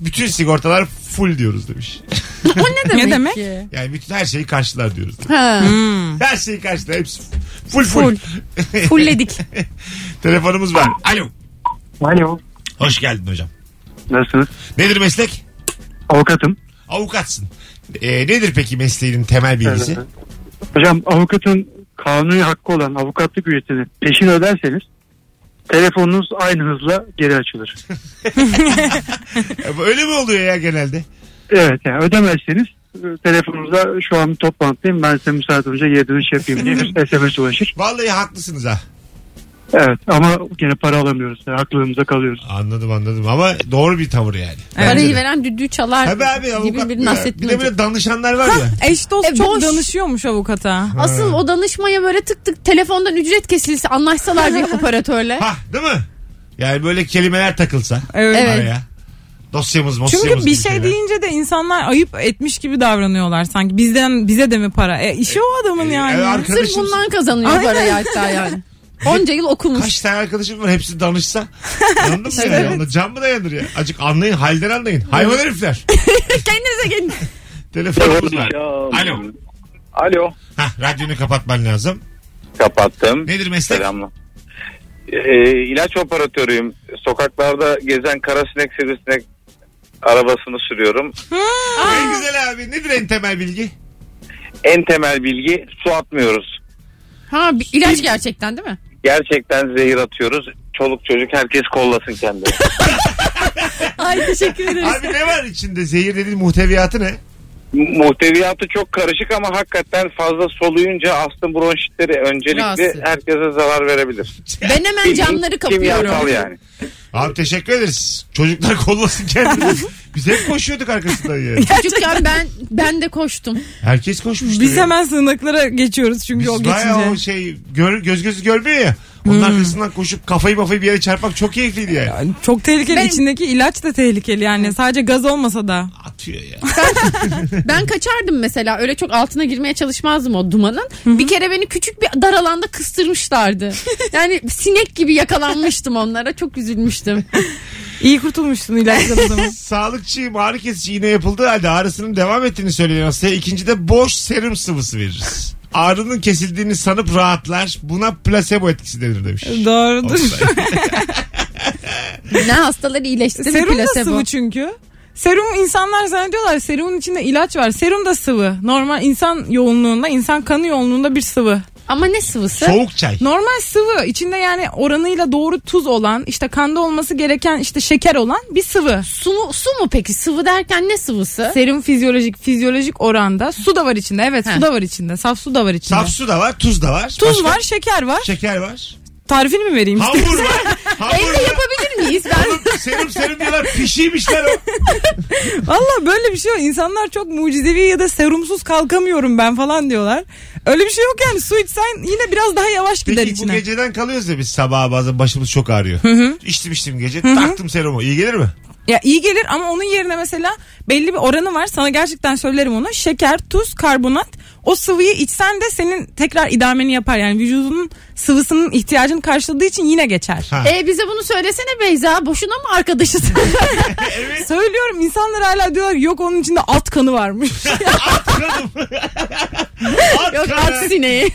[SPEAKER 2] Bütün sigortalar full diyoruz demiş.
[SPEAKER 4] O ne demek,
[SPEAKER 3] demek?
[SPEAKER 4] ki? Hmm.
[SPEAKER 2] Yani bütün her şeyi karşılar diyoruz. demiş.
[SPEAKER 4] Ha.
[SPEAKER 2] Her şeyi karşılar. Hepsi full full.
[SPEAKER 4] Fulledik.
[SPEAKER 2] Telefonumuz var. Alo.
[SPEAKER 5] Alo.
[SPEAKER 2] Hoş geldin hocam.
[SPEAKER 5] Nasılsınız?
[SPEAKER 2] Nedir meslek?
[SPEAKER 5] Avukatım.
[SPEAKER 2] Avukatsın. Ee, nedir peki mesleğinin temel bilgisi?
[SPEAKER 5] Evet. Hocam avukatın kanuni hakkı olan avukatlık ücretini peşin öderseniz telefonunuz aynı hızla geri açılır.
[SPEAKER 2] Öyle mi oluyor ya genelde?
[SPEAKER 5] Evet yani ödemezseniz e, telefonunuza şu an bir toplantıdayım ben size müsaade olunca geri dönüş yapayım diye bir SMS ulaşır.
[SPEAKER 2] Vallahi haklısınız ha.
[SPEAKER 5] Evet ama yine para alamıyoruz. Yani haklılığımıza kalıyoruz.
[SPEAKER 2] Anladım anladım ama doğru bir tavır yani.
[SPEAKER 4] Parayı veren düdüğü çalar.
[SPEAKER 2] Tabii abi
[SPEAKER 4] gibi
[SPEAKER 2] avukat.
[SPEAKER 4] bir
[SPEAKER 2] Bir,
[SPEAKER 4] Nasrettin
[SPEAKER 2] de
[SPEAKER 4] Hoca.
[SPEAKER 2] böyle danışanlar var ya.
[SPEAKER 3] Eş dost
[SPEAKER 4] E,
[SPEAKER 3] çok
[SPEAKER 4] boş.
[SPEAKER 3] danışıyormuş avukata.
[SPEAKER 4] Asıl o danışmaya böyle tık tık telefondan ücret kesilse anlaşsalar bir operatörle.
[SPEAKER 2] ha değil mi? Yani böyle kelimeler takılsa.
[SPEAKER 3] Evet.
[SPEAKER 4] Evet.
[SPEAKER 2] Araya. Dosyamız mosyamız.
[SPEAKER 3] Çünkü bir
[SPEAKER 2] gibi
[SPEAKER 3] şey
[SPEAKER 2] şeyler.
[SPEAKER 3] deyince de insanlar ayıp etmiş gibi davranıyorlar sanki. Bizden bize de mi para? E, işi o adamın
[SPEAKER 2] e,
[SPEAKER 3] yani.
[SPEAKER 2] e, arka-
[SPEAKER 4] Sırf
[SPEAKER 2] Arkadaşımsın.
[SPEAKER 4] bundan kazanıyor
[SPEAKER 3] Aynen.
[SPEAKER 4] parayı hatta yani. Onca yıl okumuş.
[SPEAKER 2] Kaç tane arkadaşım var hepsi danışsa. Anladın mı yani? Onda can mı dayanır ya? Acık anlayın halden anlayın. Hayvan herifler.
[SPEAKER 4] Kendinize gelin.
[SPEAKER 2] Telefonumuz var. Alo.
[SPEAKER 6] Alo.
[SPEAKER 2] Hah radyonu kapatman lazım.
[SPEAKER 7] Kapattım.
[SPEAKER 2] Nedir meslek?
[SPEAKER 7] Selamlar. Ee, ilaç operatörüyüm. Sokaklarda gezen kara sinek sivrisinek arabasını sürüyorum.
[SPEAKER 2] Ne güzel abi. Nedir en temel bilgi?
[SPEAKER 7] En temel bilgi su atmıyoruz.
[SPEAKER 4] Ha bir ilaç gerçekten değil mi?
[SPEAKER 7] Gerçekten zehir atıyoruz. Çoluk çocuk herkes kollasın kendini.
[SPEAKER 4] Ay teşekkür ederiz.
[SPEAKER 2] Abi ne var içinde? Zehir dediğin muhteviyatı ne?
[SPEAKER 7] Muhteviyatı çok karışık ama hakikaten fazla soluyunca astım bronşitleri öncelikli
[SPEAKER 4] Rahatsız.
[SPEAKER 7] herkese zarar verebilir.
[SPEAKER 4] Ben hemen
[SPEAKER 7] Bildiğin
[SPEAKER 4] camları
[SPEAKER 7] Kimyasal
[SPEAKER 4] kapıyorum.
[SPEAKER 7] yani.
[SPEAKER 2] Abi teşekkür ederiz. Çocuklar kollasın kendini. Biz hep koşuyorduk arkasından yani.
[SPEAKER 4] Küçükken ben ben de koştum.
[SPEAKER 2] Herkes koşmuştu.
[SPEAKER 3] Biz
[SPEAKER 2] ya.
[SPEAKER 3] hemen sığınaklara geçiyoruz çünkü
[SPEAKER 2] Biz
[SPEAKER 3] o
[SPEAKER 2] bayağı o
[SPEAKER 3] geçince. Hmm.
[SPEAKER 2] şey gör- göz gözü görmüyor ya. Onun arkasından koşup kafayı mafayı bir yere çarpmak çok keyifliydi yani.
[SPEAKER 3] Hani Çok tehlikeli
[SPEAKER 4] Ben-
[SPEAKER 3] içindeki ilaç da tehlikeli yani sadece gaz olmasa da.
[SPEAKER 2] Atıyor ya.
[SPEAKER 4] Ben kaçardım mesela. Öyle çok altına girmeye çalışmazdım o dumanın. Bir kere beni küçük bir dar alanda kıstırmışlardı. yani sinek gibi yakalanmıştım onlara. Çok üzülmüştüm.
[SPEAKER 3] İyi kurtulmuşsun ilaçtan o zaman.
[SPEAKER 2] Sağlıkçıyım ağrı kesici iğne yapıldığı halde ağrısının devam ettiğini söyleyen hastaya ikinci de boş serum sıvısı veririz. Ağrının kesildiğini sanıp rahatlar. Buna plasebo etkisi denir demiş.
[SPEAKER 3] Doğrudur.
[SPEAKER 4] Ne hastalar iyileşti mi
[SPEAKER 3] Serum da
[SPEAKER 4] plasebo?
[SPEAKER 3] sıvı çünkü. Serum insanlar zannediyorlar serumun içinde ilaç var. Serum da sıvı. Normal insan yoğunluğunda, insan kanı yoğunluğunda bir sıvı.
[SPEAKER 4] Ama ne sıvısı?
[SPEAKER 2] Soğuk çay.
[SPEAKER 3] Normal sıvı içinde yani oranıyla doğru tuz olan, işte kanda olması gereken işte şeker olan bir sıvı.
[SPEAKER 4] Su mu, su mu peki? Sıvı derken ne sıvısı?
[SPEAKER 3] Serum fizyolojik fizyolojik oranda su da var içinde. Evet,
[SPEAKER 4] He.
[SPEAKER 3] su da var içinde. Saf su da var içinde.
[SPEAKER 2] Saf su da var, tuz da var.
[SPEAKER 3] Tuz
[SPEAKER 2] Başka?
[SPEAKER 3] var, şeker var.
[SPEAKER 2] Şeker var.
[SPEAKER 3] Tarifini mi vereyim?
[SPEAKER 2] Hamur var. Hamur
[SPEAKER 4] Evde
[SPEAKER 2] var.
[SPEAKER 4] yapabilir miyiz? Ben
[SPEAKER 2] Oğlum serum serum diyorlar pişiymişler o.
[SPEAKER 3] Valla böyle bir şey yok. İnsanlar çok mucizevi ya da serumsuz kalkamıyorum ben falan diyorlar. Öyle bir şey yok yani. Su içsen yine biraz daha yavaş gider
[SPEAKER 2] Peki bu
[SPEAKER 3] içine.
[SPEAKER 2] geceden kalıyoruz ya biz sabaha bazen başımız çok ağrıyor. İçtim içtim gece taktım serumu. İyi gelir mi?
[SPEAKER 3] Ya iyi gelir ama onun yerine mesela belli bir oranı var. Sana gerçekten söylerim onu. Şeker, tuz, karbonat. O sıvıyı içsen de senin tekrar idameni yapar. Yani vücudunun sıvısının ihtiyacını karşıladığı için yine geçer.
[SPEAKER 2] Ha.
[SPEAKER 4] e, bize bunu söylesene Beyza. Boşuna mı arkadaşız?
[SPEAKER 3] Söylüyorum insanlar hala diyorlar yok onun içinde at kanı varmış.
[SPEAKER 2] At
[SPEAKER 4] Yok
[SPEAKER 2] kana.
[SPEAKER 4] at sineği.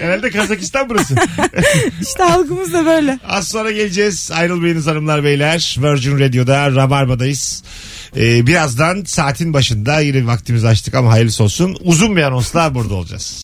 [SPEAKER 2] Herhalde Kazakistan burası.
[SPEAKER 3] işte halkımız da böyle.
[SPEAKER 2] Az sonra geleceğiz. Ayrılmayınız hanımlar beyler. Virgin Radio'da Rabarba'dayız. Ee, birazdan saatin başında yine vaktimizi açtık ama hayırlısı olsun. Uzun bir anonsla burada olacağız.